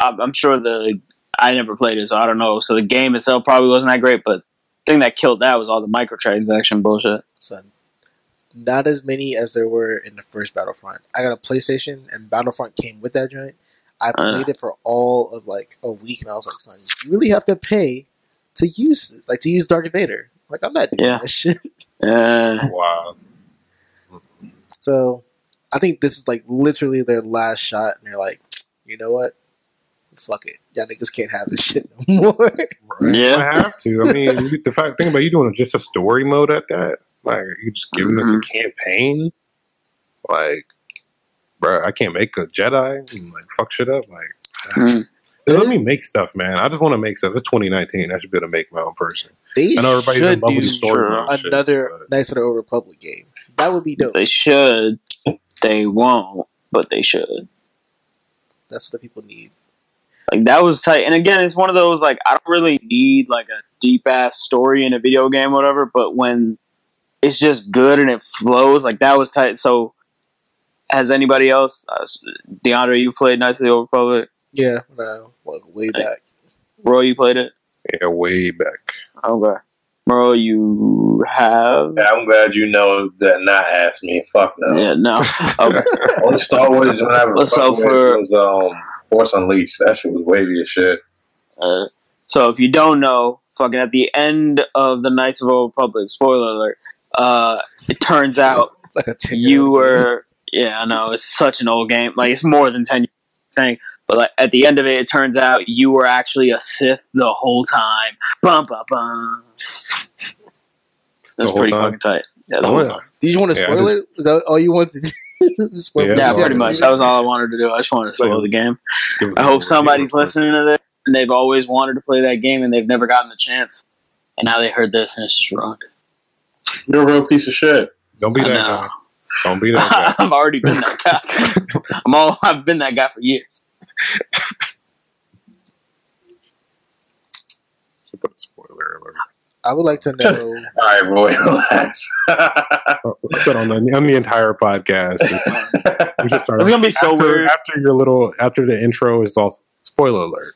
S3: I'm I'm sure the I never played it, so I don't know. So the game itself probably wasn't that great, but the thing that killed that was all the microtransaction bullshit.
S1: Son. Not as many as there were in the first Battlefront. I got a PlayStation and Battlefront came with that joint. I
S3: Uh.
S1: played it for all of like a week and I was like, son, you really have to pay to use this, like to use Dark Vader. Like I'm not doing
S3: Yeah.
S1: that shit.
S3: Uh,
S2: Wow.
S1: So I think this is like literally their last shot, and they're like, you know what? Fuck it. Y'all niggas can't have this shit no more.
S2: Right?
S3: Yeah.
S2: I have to. I mean, you- the fact thing about you doing just a story mode at that, like you just giving
S3: Mhm.
S2: us a campaign, like, bro, I can't make a Jedi and like fuck shit up. Like, ah.
S3: mm.
S2: let me make stuff, man. I just want to make stuff. It's 2019. I should be able to make my own person.
S1: They
S2: I know everybody's in
S1: should
S2: love
S1: do
S2: with story
S3: Sure.
S2: mode. shit,
S1: another
S2: but-
S1: Knights of the Old Republic game. That would be dope.
S3: They should. They won't, but they should.
S1: That's what the people need.
S3: Like that was tight. And again, it's one of those like I don't really need like a deep ass story in a video game, or whatever. But when it's just good and it flows, like that was tight. So, has anybody else, uh, DeAndre, you played Knights of the Old Republic?
S1: Yeah, no, like way back.
S3: Roy, you played it.
S2: Yeah, way back.
S3: Okay. Bro, you have.
S4: Yeah, I'm glad you know that not ask me. Fuck no.
S3: Yeah, no. Okay.
S4: Only Star Wars when I was
S3: What's up
S4: fucking
S3: for-
S4: with was um Force Unleashed. That shit was wavy as shit.
S3: Uh, so if you don't know, fucking at the end of the Knights of the Old Republic, spoiler alert, uh, it turns out
S1: Like a 10
S3: you were yeah, I know it's such an old game. Like it's more than ten years thing. But like at the end of it, it turns out you were actually a Sith the whole time. Bum bum bum.
S2: The
S3: That's
S2: whole
S3: pretty
S2: time?
S3: fucking tight. Yeah, the
S2: Oh,
S3: whole
S2: yeah.
S3: time.
S1: Did you want to
S2: Yeah,
S1: spoil it? Is that all you wanted to do? spoil
S2: Yeah,
S1: what
S3: Yeah,
S1: you
S2: was
S3: pretty
S1: haven't
S3: much.
S1: seen?
S3: That was all I wanted to do. I just wanted to spoil the game.
S2: Give us
S3: I
S2: a
S3: hope
S2: little
S3: somebody's
S2: review real quick.
S3: listening to this and they've always wanted to play that game and they've never gotten the chance. And now they heard this and it's just wrong.
S4: You're a real piece of shit.
S2: Don't be
S3: I
S2: that
S3: know.
S2: guy. Don't be that guy.
S3: I've already been that guy. I'm all, I've been that guy for years.
S2: Should put a spoiler alert.
S1: I would like to know.
S4: All right, Roy, relax.
S2: Oh, I said on the, on the entire podcast. Just,
S3: It's
S2: we just started-
S3: gonna be so
S2: after,
S3: weird.
S2: after your little after the intro is all spoiler alert.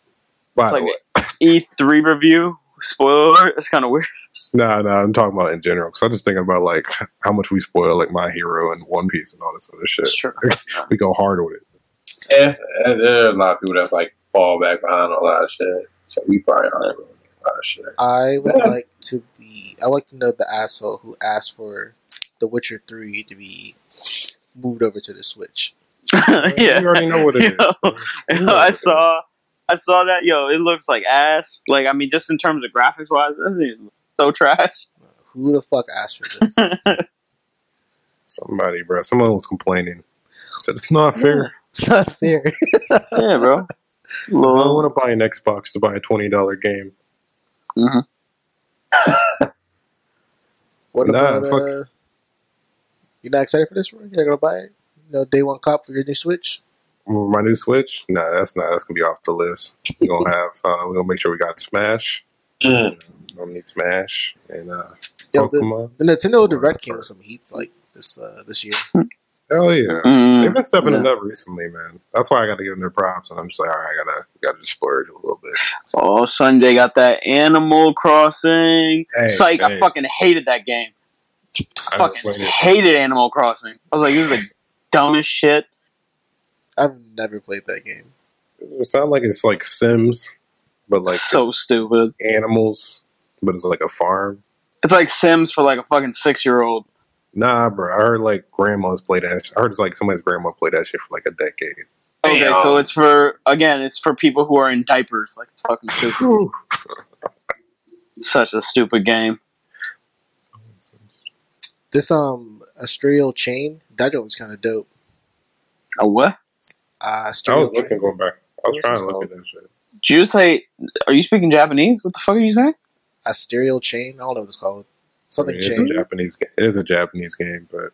S2: By
S3: It's
S2: the
S3: like
S2: way,
S3: E three review spoiler. alert. It's kind of weird.
S2: no, no, I'm talking about in general because I'm just thinking about like how much we spoil like my hero and One Piece and all this other shit.
S3: It's true.
S2: We go hard with it.
S4: yeah, there are a lot of people that's like fall back behind a lot of shit. So we probably are really a lot of shit.
S1: I would
S4: Yeah.
S1: like to be. I would like to know the asshole who asked for The Witcher Three to be moved over to the Switch.
S3: yeah,
S2: we already know what it is.
S3: Yo,
S2: We know what
S3: I
S2: it is.
S3: saw, I saw that. Yo, it looks like ass. Like I mean, just in terms of graphics wise, this is so trash.
S1: Who the fuck asked for this?
S2: somebody, bro. Someone was complaining. Said it's
S3: Mm.
S2: not fair.
S1: it's not fair.
S3: Yeah, bro.
S2: I don't
S3: Lol.
S2: want to buy an Xbox to buy a twenty dollar game.
S3: Mhm.
S1: What
S2: Nah,
S1: about
S2: fuck.
S1: uh, you? Not excited for this one? You're not gonna buy it? No day one cop for your new Switch.
S2: Well, My new Switch? Nah, that's not. That's gonna be off the list. We're gonna have. Uh, we're gonna make sure we got Smash.
S3: Mm.
S2: We don't need Smash and uh,
S1: Yo, the,
S2: Pokemon.
S1: the Nintendo
S2: Well,
S1: Direct
S2: that's
S1: came
S2: right.
S1: with some heat like this uh, this year.
S2: Hell yeah. They've
S3: Mm.
S2: been stepping it
S1: Mm-hmm.
S3: Yeah.
S2: up recently, man. That's why I got to give them their props, and I'm just like, all right, I gotta gotta just splurge a little bit.
S3: Oh, Sunday got that Animal Crossing.
S2: Hey,
S3: Psych, I
S2: hey.
S3: fucking hated that game.
S2: I
S3: fucking
S2: just like it.
S3: hated Animal Crossing. I was like, this is the dumbest shit.
S1: I've never played that game.
S2: It sounds like it's like Sims, but like
S3: so stupid.
S2: animals, but it's like a farm.
S3: It's like Sims for like a fucking six year old.
S2: Nah, bro. I heard like grandmas play that. Sh- I heard it's like somebody's grandma played that shit for like a decade.
S3: Okay,
S4: Damn.
S2: um,
S3: so it's for again, it's for people who are in diapers. Like fucking stupid.
S2: Whew.
S3: Such a stupid game.
S1: This um Astral Chain that joint was kind of dope.
S3: A what?
S1: Uh,
S2: I
S1: Astral
S2: was
S1: Chain.
S2: looking going back. I was
S1: What's
S2: trying
S1: this
S2: to look
S1: called?
S2: at that shit.
S3: Did you say? Are you speaking Japanese? What the fuck are you saying?
S1: Astral Chain. I don't know what it's called.
S2: I
S1: Something
S2: mean, it's a
S1: Chain.
S2: Japanese. ga- It is a Japanese game, but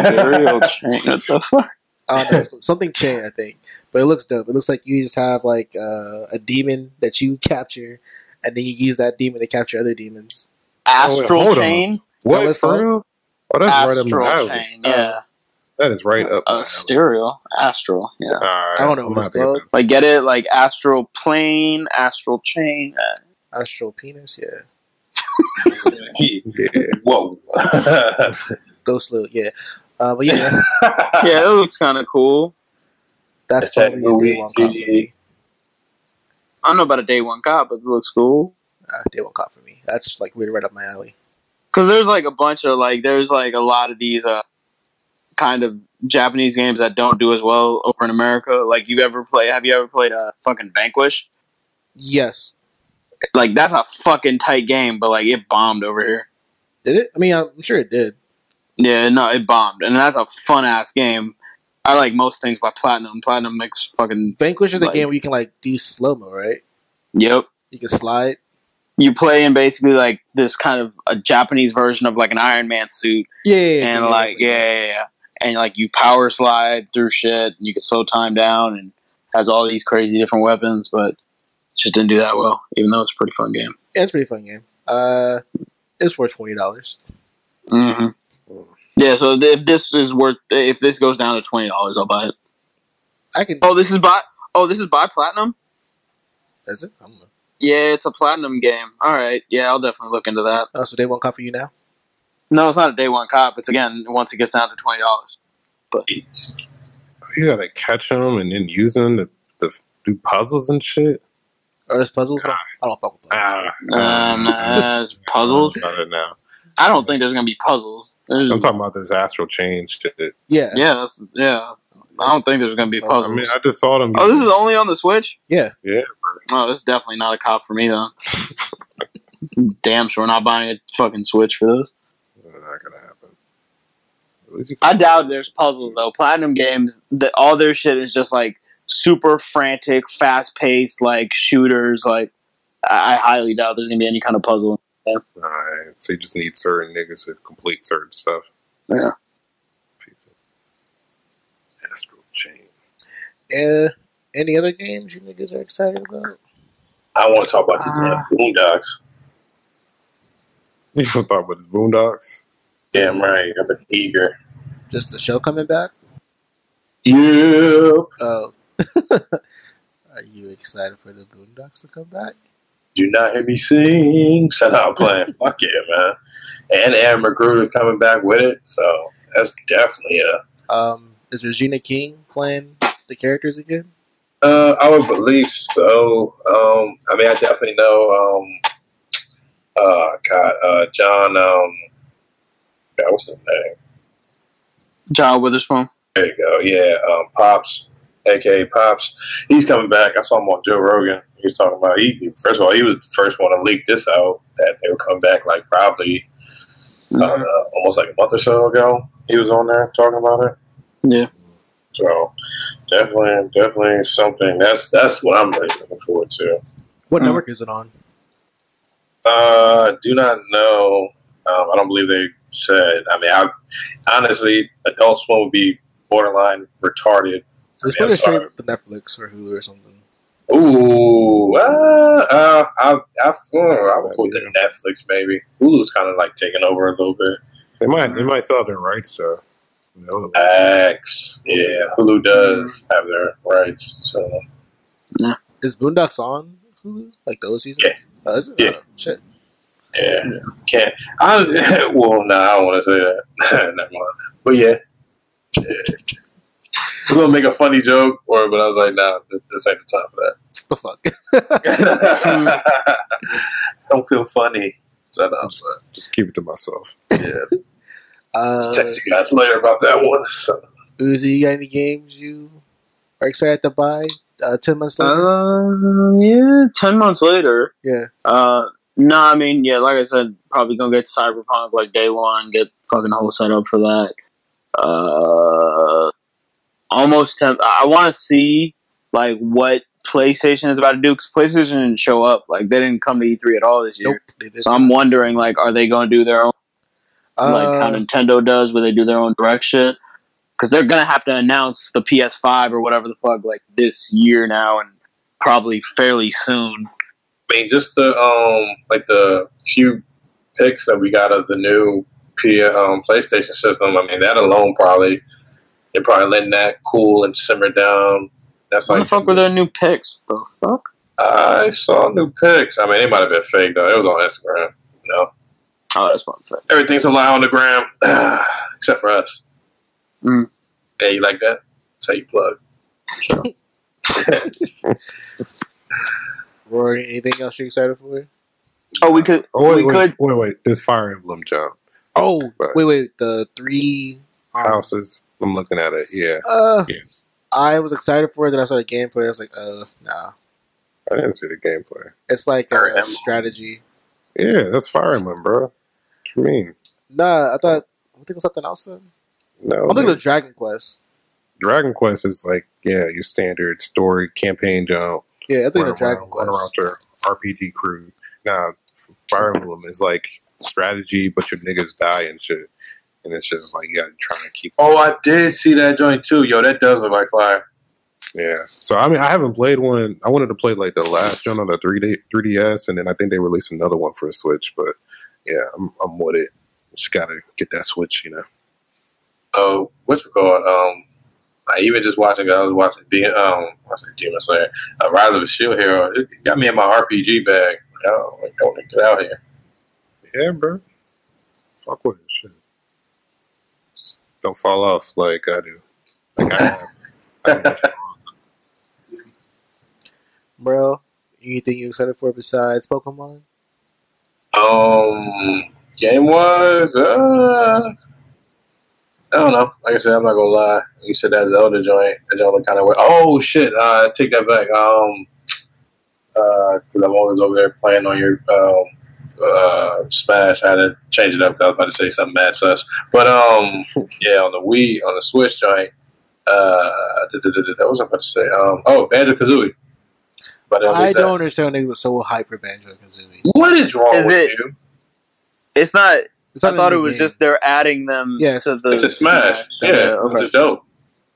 S3: Serial chain. What the
S2: Oh,
S3: fuck?
S1: I don't know. it's called- Something Chain, I think. But it looks dope. It looks like you just have like uh, a demon that you capture, and then you use that demon to capture other demons.
S3: Astral
S2: hold on.
S3: chain.
S1: what
S2: what
S1: it's
S2: for
S1: called?
S2: real? Oh, that's
S3: Astral
S2: right up my alley.
S3: chain. Yeah.
S2: That is right up. my
S3: Uh,
S2: alley.
S3: stereo. Astral. Yeah.
S2: All right,
S1: I don't know
S2: I'm
S1: what it's
S2: happy about
S1: called.
S2: that.
S3: Like get it? Like astral plane, astral chain. Uh,
S1: Astral penis, yeah.
S2: Yeah.
S4: Whoa.
S1: Ghost loot, yeah. Uh, but yeah,
S3: yeah, that looks kind of cool.
S1: that's
S4: It's that
S1: probably a day
S4: movie,
S1: one cop for me.
S3: I don't know about a day one cop, but it looks cool.
S1: Uh, day one cop for me. That's like really right up my alley.
S3: Because there's like a bunch of like there's like a lot of these uh kind of Japanese games that don't do as well over in America. Like you ever play? Have you ever played uh, fucking Vanquish?
S1: Yes,
S3: Like that's a fucking tight game, but like it bombed over here.
S1: did it? I mean, I'm sure it did.
S3: Yeah, no, it bombed, and that's a fun ass game. I like most things by Platinum. Platinum makes fucking
S1: Vanquish is a
S3: Like-
S1: game where you can like do slow mo, right?
S3: yep.
S1: You can slide.
S3: You play in basically like this kind of a Japanese version of like an Iron Man suit,
S1: Yeah, yeah, yeah,
S3: and
S1: yeah,
S3: like yeah, yeah, yeah, and like you power slide through shit, and you can slow time down, and has all these crazy different weapons, but just didn't do that well, even though it's a pretty fun game.
S1: Yeah, it's a pretty fun game. Uh, it's worth twenty dollars.
S3: hmm
S2: Mm-hmm.
S3: Yeah, so th- if this is worth, if this goes down to twenty dollars, I'll buy it.
S1: I can.
S3: Oh, this is by, oh, this is by platinum.
S1: Is it? I don't know.
S3: Yeah, it's a platinum game. All right. Yeah, I'll definitely look into that.
S1: Oh, so they won't come for you now?
S3: No, it's not a day one cop. It's again once it gets down to twenty dollars.
S2: You gotta catch them and then use them to, to do puzzles and shit.
S1: Or this puzzles? I don't fuck with puzzles.
S4: Uh,
S2: Ah,
S3: Um, uh, it's puzzles.
S2: About it now.
S3: I don't think there's gonna be puzzles. There's-
S2: I'm talking about this astral change shit.
S1: Yeah.
S3: yeah, that's, yeah. I don't think there's gonna be
S2: Oh, I
S3: puzzles.
S2: mean, I just saw them.
S3: oh, this is only on the Switch.
S1: Yeah.
S2: Yeah,
S3: Oh, this is definitely not a cop for me though. Damn sure not buying a fucking Switch for this.
S2: not gonna happen. At least you
S3: I doubt there's puzzles though. Platinum games, that all their shit is just like super frantic, fast paced, like shooters. Like I, I highly doubt there's gonna be any kind of puzzle.
S2: Alright, so you just need certain niggas to complete certain stuff.
S3: Yeah.
S2: Astral chain.
S1: Uh, any other games you niggas are excited about?
S4: I want to talk about these damn Boondocks.
S2: You ever thought about this Boondocks?
S4: Damn right, I've been eager.
S1: Just the show coming back?
S4: You
S1: Oh. are you excited for the Boondocks to come back?
S4: do not hear me sing. Shut up, I'm playing. Fuck yeah, man. And Aaron McGruder's coming back with it, so that's definitely a
S1: Um, is Regina King playing the characters again?
S4: Uh, I would believe so. Um, I mean, I definitely know. Um, uh, God, uh, John. Um, God, what's his name?
S3: John Witherspoon.
S4: There you go. Yeah, um, Pops, aka Pops. He's coming back. I saw him on Joe Rogan. He was talking about he. First of all, he was the first one to leak this out that they would come back. Like probably
S2: Uh-huh.
S3: Mm-hmm.
S4: uh, almost like a month or so ago. He was on there talking about it.
S3: Yeah.
S4: So definitely, definitely something. That's that's what I'm really looking forward to.
S1: What
S3: Hmm.
S1: network is it on?
S4: Uh, do not know. Um, I don't believe they said. I mean, I honestly, Adult Swim would be borderline retarded.
S1: It's
S4: Yeah, I'm
S1: probably straight
S4: sorry.
S1: to Netflix or Hulu or something.
S4: Ooh, uh, uh, I, I, I, I would put that Netflix maybe. Hulu's kind of like taking over a little bit.
S2: They might they might sell their rights though. No.
S4: X, yeah, Hulu does have their rights. So
S1: Is Boondocks on Hulu? Like those seasons?
S4: Yeah.
S1: Oh, is it?
S4: Yeah.
S1: Oh, shit.
S4: yeah, can't. I well, no, I don't want to say that. Never mind. But yeah. Yeah. I was gonna make a funny joke, or but I was like, nah, this, this ain't the time for that.
S1: the fuck?
S4: don't feel funny. So no, I'm sorry.
S2: Just keep it to myself.
S1: Uh,
S4: text you guys later about that one. So,
S1: Uzi, you got any games you are excited to buy? Uh, ten months later.
S3: Uh, yeah. Ten months later.
S1: yeah.
S3: Uh, no, I mean, yeah, like I said, probably gonna get Cyberpunk like day one, get fucking whole setup for that. Uh, almost temp- I want to see like what PlayStation is about to do because PlayStation didn't show up. Like they didn't come to E3 at all this year.
S1: Nope. They did
S3: So I'm
S1: not.
S3: wondering, like, are they gonna do their own
S1: Uh,
S3: like how Nintendo does, where they do their own direct shit? Because they're gonna have to announce the PS5 or whatever the fuck like this year now, and probably fairly soon.
S4: I mean, just the um, like the few picks that we got of the new P- um, PlayStation system. I mean, that alone probably they're probably letting that cool and simmer down. That's
S3: What
S4: like
S3: the fuck were their new picks? The fuck.
S4: I saw new pics. I mean, they might have been fake though. It was on Instagram. You know,
S3: Oh, that's one thing.
S4: everything's a lie on the gram except for us.
S3: Mm.
S4: Yeah, you like that? That's how you plug.
S1: Rory, anything else you're excited for?
S3: Oh, we could.
S2: Oh wait,
S3: we
S2: wait,
S3: could.
S2: wait, wait. This fire emblem jump.
S1: Oh,
S2: Right.
S1: wait, wait. The three. um,
S2: Houses. I'm looking at it. Yeah.
S1: Uh,
S2: Yeah.
S1: I was excited for it. Then I saw the gameplay. I was like, uh, nah.
S2: I didn't see the gameplay.
S1: It's like
S4: Or
S1: a
S4: Emblem.
S1: strategy.
S2: Yeah, that's fire emblem, bro. What you mean?
S1: Nah, I thought. I think it was something else. Then
S2: No.
S1: I'm thinking
S2: man.
S1: of Dragon Quest.
S2: Dragon Quest is like, yeah, your standard story campaign jump.
S1: Yeah, I'm thinking of
S2: run
S1: Dragon
S2: around- run around
S1: Quest.
S2: your RPG crew. Now, Fire Emblem is like strategy, but your niggas die and shit. And it's just like, you gotta try and keep.
S4: Oh, I did see that joint too. Yo, that does look like fire.
S2: Yeah. So, I mean, I haven't played one. I wanted to play like the last one on the 3D, 3DS, and then I think they released another one for the Switch, but yeah, I'm, I'm with it. Just gotta get that Switch, you know.
S4: Oh, what's it called? Um, Like even just watching, I was watching the um, what's that Demon Slayer, uh, Rise of a Shield Hero. It got me in my RPG bag. Oh, I want to get out here.
S2: Yeah, bro. Fuck with it. Shit. Just Don't fall off like I do. Like I have. I do this shit all the time.
S1: bro. Anything you excited for besides Pokemon?
S4: Um, game wise, uh, I don't know. Like I said, I'm not gonna lie. You said that Zelda joint, that Zelda kind of way. Oh shit! Uh, I take that back. Um, because I'm always over there playing on your um uh Smash. I had to change it up. 'cause I was about to say something mad sus, but um, yeah, on the Wii, on the Switch joint. Uh, that was I about to say. Um, oh, Banjo Kazooie. But at
S1: I
S4: least that-
S1: don't understand they were so hyped for Banjo Kazooie.
S4: What is wrong
S3: Is
S4: with
S3: it-
S4: you?
S3: It's not. I thought it was just they're adding them
S1: Yeah,
S3: to the
S4: It's a smash. Yeah,
S3: Yeah,
S4: it's
S3: okay.
S4: just dope.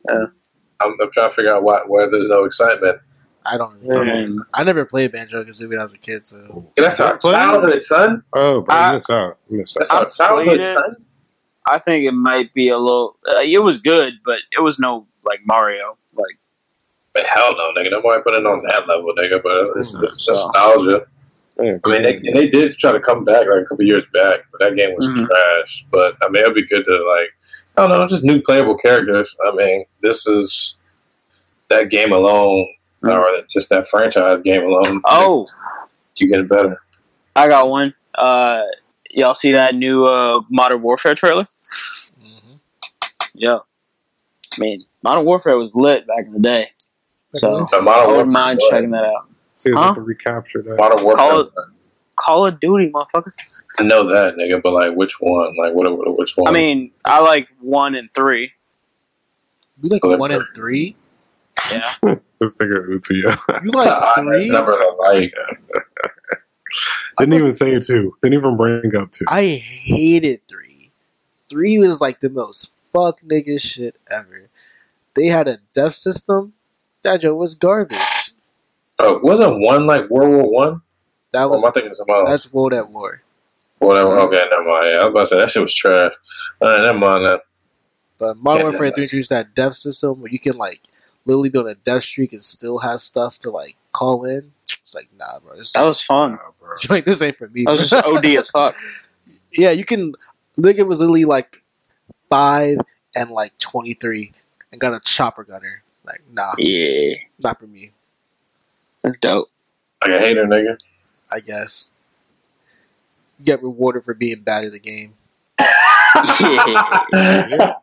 S3: Yeah.
S4: I'm, I'm trying to figure out why where there's no excitement.
S1: I don't.
S3: I mean,
S1: I never played Banjo Kazooie when I was a kid, so
S4: That's our
S2: Play it.
S4: childhood, son.
S2: Oh, bro,
S4: I-
S2: you missed out. You missed
S4: Ah. That's
S2: out.
S4: our
S3: I
S4: childhood,
S3: played it.
S4: son.
S3: I think it might be a little. Uh, it was good, but it was no like Mario. Like
S4: But hell no, nigga. Nobody put it on that level, nigga. But it's,
S2: Mm,
S4: it's
S3: so.
S4: nostalgia.
S2: Yeah,
S4: I mean, they, and they did try to come back like a couple years back, but that game was
S3: Mhm.
S4: trash. But I mean, it'd be good to like, I don't know, just new playable characters. I mean, this is that game alone,
S3: Mhm.
S4: or just that franchise game alone.
S3: oh,
S4: you get it better.
S3: I got one. Uh, y'all see that new uh, Modern Warfare trailer?
S1: mhm.
S3: Yeah. I mean, Modern Warfare was lit back in the day, so
S4: The
S3: I
S4: Modern
S3: wouldn't
S4: Warfare
S3: mind
S4: was-
S3: checking that out.
S2: see if
S3: Huh?
S2: I can recapture that.
S4: Modern Warfare.
S3: Call it- Call of Duty, motherfucker.
S4: I know that, nigga, but like, which one? Like, what? what- Which one?
S3: I mean, I like one and three.
S1: you like
S4: Good.
S1: one and three.
S3: Yeah,
S2: This nigga Uzi.
S1: You
S4: it's an
S1: like
S4: odd ass
S1: three?
S4: number to like.
S2: Didn't even say two. Didn't even bring up two.
S1: I hated three. Three was like the most fuck nigga shit ever. They had a death system. That joke was garbage.
S4: Oh, wasn't one like World War One?
S1: That
S4: Or am I
S1: was
S4: thinking of something else?
S1: that's World at War.
S4: Whatever. Okay, never mind. Yeah, I was about to say that shit was trash. Uh, never mind that.
S1: But Modern
S4: Yeah,
S1: Warfare
S4: yeah.
S1: 3 introduced that death system where you can like literally be on a death streak and still have stuff to like call in. It's like nah, bro. This,
S3: that was fun.
S2: Nah, bro.
S1: it's like, this ain't for me.
S3: That was
S1: bro.
S3: just OD as fuck.
S1: yeah, you can. Look, it was literally like five and like twenty three, and got a chopper gunner. Like nah,
S3: Yeah,
S1: not for me.
S3: that's dope.
S4: Like a hater, nigga.
S1: I guess. You get rewarded for being bad at the game.
S4: yeah.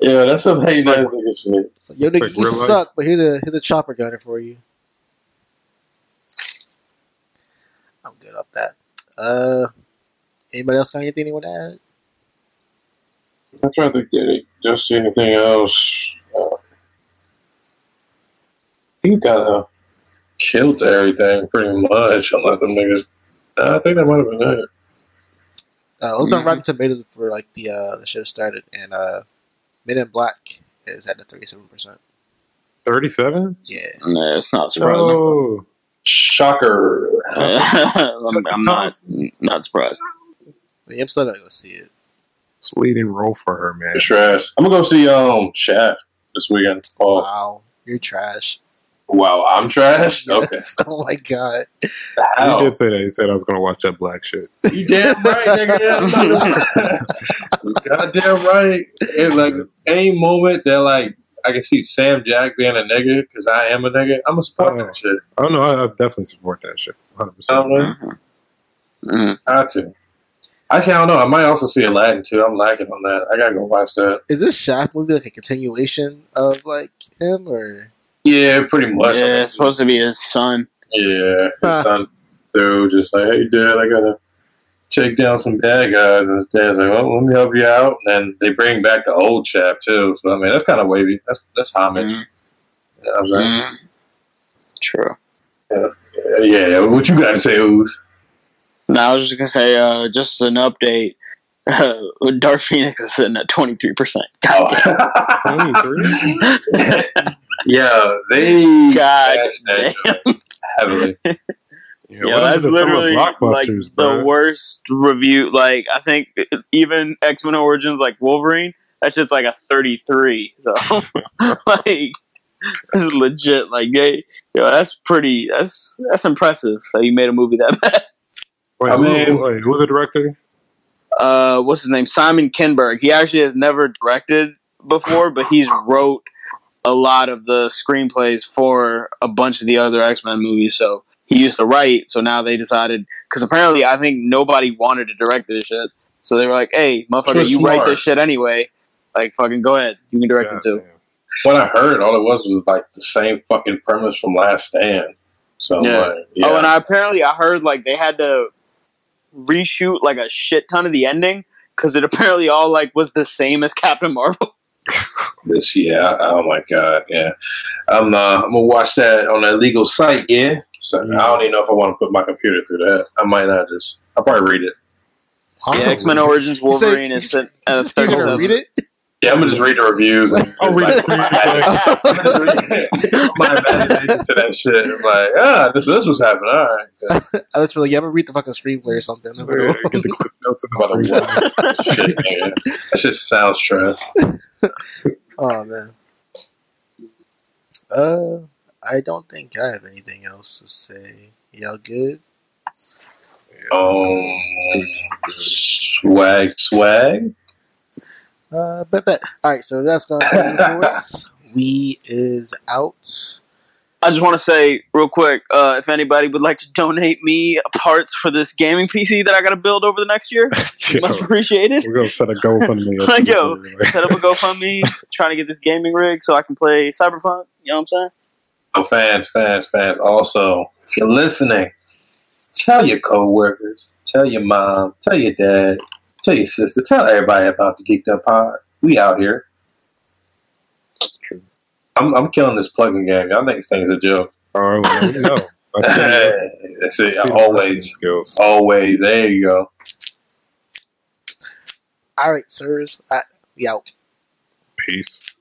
S4: that's some hating ass nigga shit.
S1: It's like, yo,
S2: It's
S1: nigga,
S2: like
S1: you
S2: real life.
S1: suck, but here's a here's a chopper gunner for you. I'm good off that. Uh, anybody else got anything they want to add?
S4: I'm trying to get it. Just see anything else. Uh, you uh, gotta killed everything pretty much, unless them niggas. Nah, I think that might have been it.
S1: Uh, looked on
S3: Mhm.
S1: Rotten Tomatoes for like the uh the show started, and uh, Men in Black is at the thirty seven percent.
S2: Thirty-seven.
S1: Yeah,
S3: Nah, it's not surprising.
S2: Oh,
S4: Shocker.
S3: I'm, I'm not not surprised.
S1: I mean, I'm still not gonna see it.
S2: it's leading role for her, man.
S4: It's trash. I'm gonna go see um Shaft this weekend. Oh
S1: Wow, you're trash.
S4: wow, I'm trash. Okay,
S1: Yes. Oh my god.
S4: How?
S2: He did say that. He said I was gonna watch that black shit.
S4: You damn right, nigga. Yeah, I'm not- You goddamn right. And like any moment that like I can see Sam Jack being a nigga because I am a nigga, I'm a support
S2: Oh.
S4: that shit.
S2: Oh no, I, I definitely support that shit. 100.
S4: I'm
S2: percent
S4: like,
S3: Mhm.
S4: I to. Actually, I don't know. I might also see Aladdin too. I'm lacking on that. I gotta go watch that.
S1: Is this Shaft movie like a continuation of like him or?
S4: Yeah, pretty much.
S3: Yeah, it's supposed to be his son.
S4: Yeah,
S1: Huh.
S4: his son through just like, hey dad, I gotta take down some bad guys, and his dad's like, well, let me help you out. And then they bring back the old chap too. So I mean, that's kind of wavy. That's that's homage.
S3: Mhm.
S4: You know what I'm saying?
S3: Mhm. True. Mm-hmm.
S4: Yeah, yeah. What you gotta say, Ooze?
S3: Now I was just gonna say, uh, just an update. Uh, Dark Phoenix is sitting at twenty three percent. God damn.
S4: Oh.
S2: 23?
S4: yeah, they
S3: God
S4: bashed that joint heavily.
S2: Yeah,
S3: Yeah,
S2: what
S3: that's
S2: happened to summer
S3: literally like
S2: blockbusters, bro?
S3: the worst review. Like I think even X Men Origins, like Wolverine, that shit's like a 33. So like, this is legit. Like, hey, yo, that's pretty. That's that's impressive. That you made a movie that bad.
S2: Wait,
S4: I
S2: who,
S4: mean-
S2: wait, who's the director?
S3: Uh, what's his name? Simon Kinberg. He actually has never directed before, but he's wrote a lot of the screenplays for a bunch of the other X Men movies. So he used to write. So now they decided because apparently I think nobody wanted to direct this shit. So they were like, "Hey, motherfucker,
S4: Just
S3: you write
S4: smart.
S3: this shit anyway. Like, fucking go ahead. You can direct it too."
S2: Goddamn.
S4: What I heard, all it was was like the same fucking premise from Last Stand. So I'm
S3: Yeah.
S4: like, yeah.
S3: Oh, and I apparently I heard like they had to reshoot like a shit ton of the ending because it apparently all like was the same as Captain Marvel.
S4: this yeah. Oh my god, yeah. I'm uh, I'm gonna watch that on that legal site, yeah. So I don't even know if I want to put my computer through that. I might not just. I'll probably read it.
S3: Yeah, X Men Origins
S1: Oh. You said-
S3: Wolverine
S1: you
S3: is
S1: said-
S3: sent at a
S1: Just you're gonna read
S3: 37.
S1: it?
S4: Yeah, I'm gonna just read the reviews. And
S2: I'll read
S4: just, like, my imagination to that shit. It's like, ah, this this was happening. All right. Yeah.
S1: I was really, yeah, I'm gonna read the fucking screenplay or something. I'm gonna-
S2: Yeah, Get the cliff notes.
S4: What a
S2: and the
S4: wild shit, man. That shit sounds trash.
S1: oh man. Uh, I don't think I have anything else to say. Y'all good?
S4: Um, swag, swag.
S1: Uh, bet bet. All right, so that's gonna do it for us. We is out.
S3: I just want to say real quick, uh, if anybody would like to donate me parts for this gaming PC that I got to build over the next year, much
S2: Yo,
S3: appreciated.
S2: We're gonna set a GoFundMe. up.
S3: Like, yo. Set up a GoFundMe, trying to get this gaming rig so I can play Cyberpunk. You know what I'm saying?
S4: Oh, fans, fans, fans. Also, if you're listening, tell your coworkers, tell your mom, tell your dad, tell your sister, tell everybody about the Geeked Up Pod. We out here.
S2: True.
S4: I'm, I'm killing this plugging game. Y'all niggas think it's a joke.
S2: All right, well, let me know. I see- I
S4: That's
S2: see
S4: it.
S2: the marketing
S4: Always,
S2: skills.
S4: always. There you go.
S1: All right, sirs. I, we out.
S2: Peace.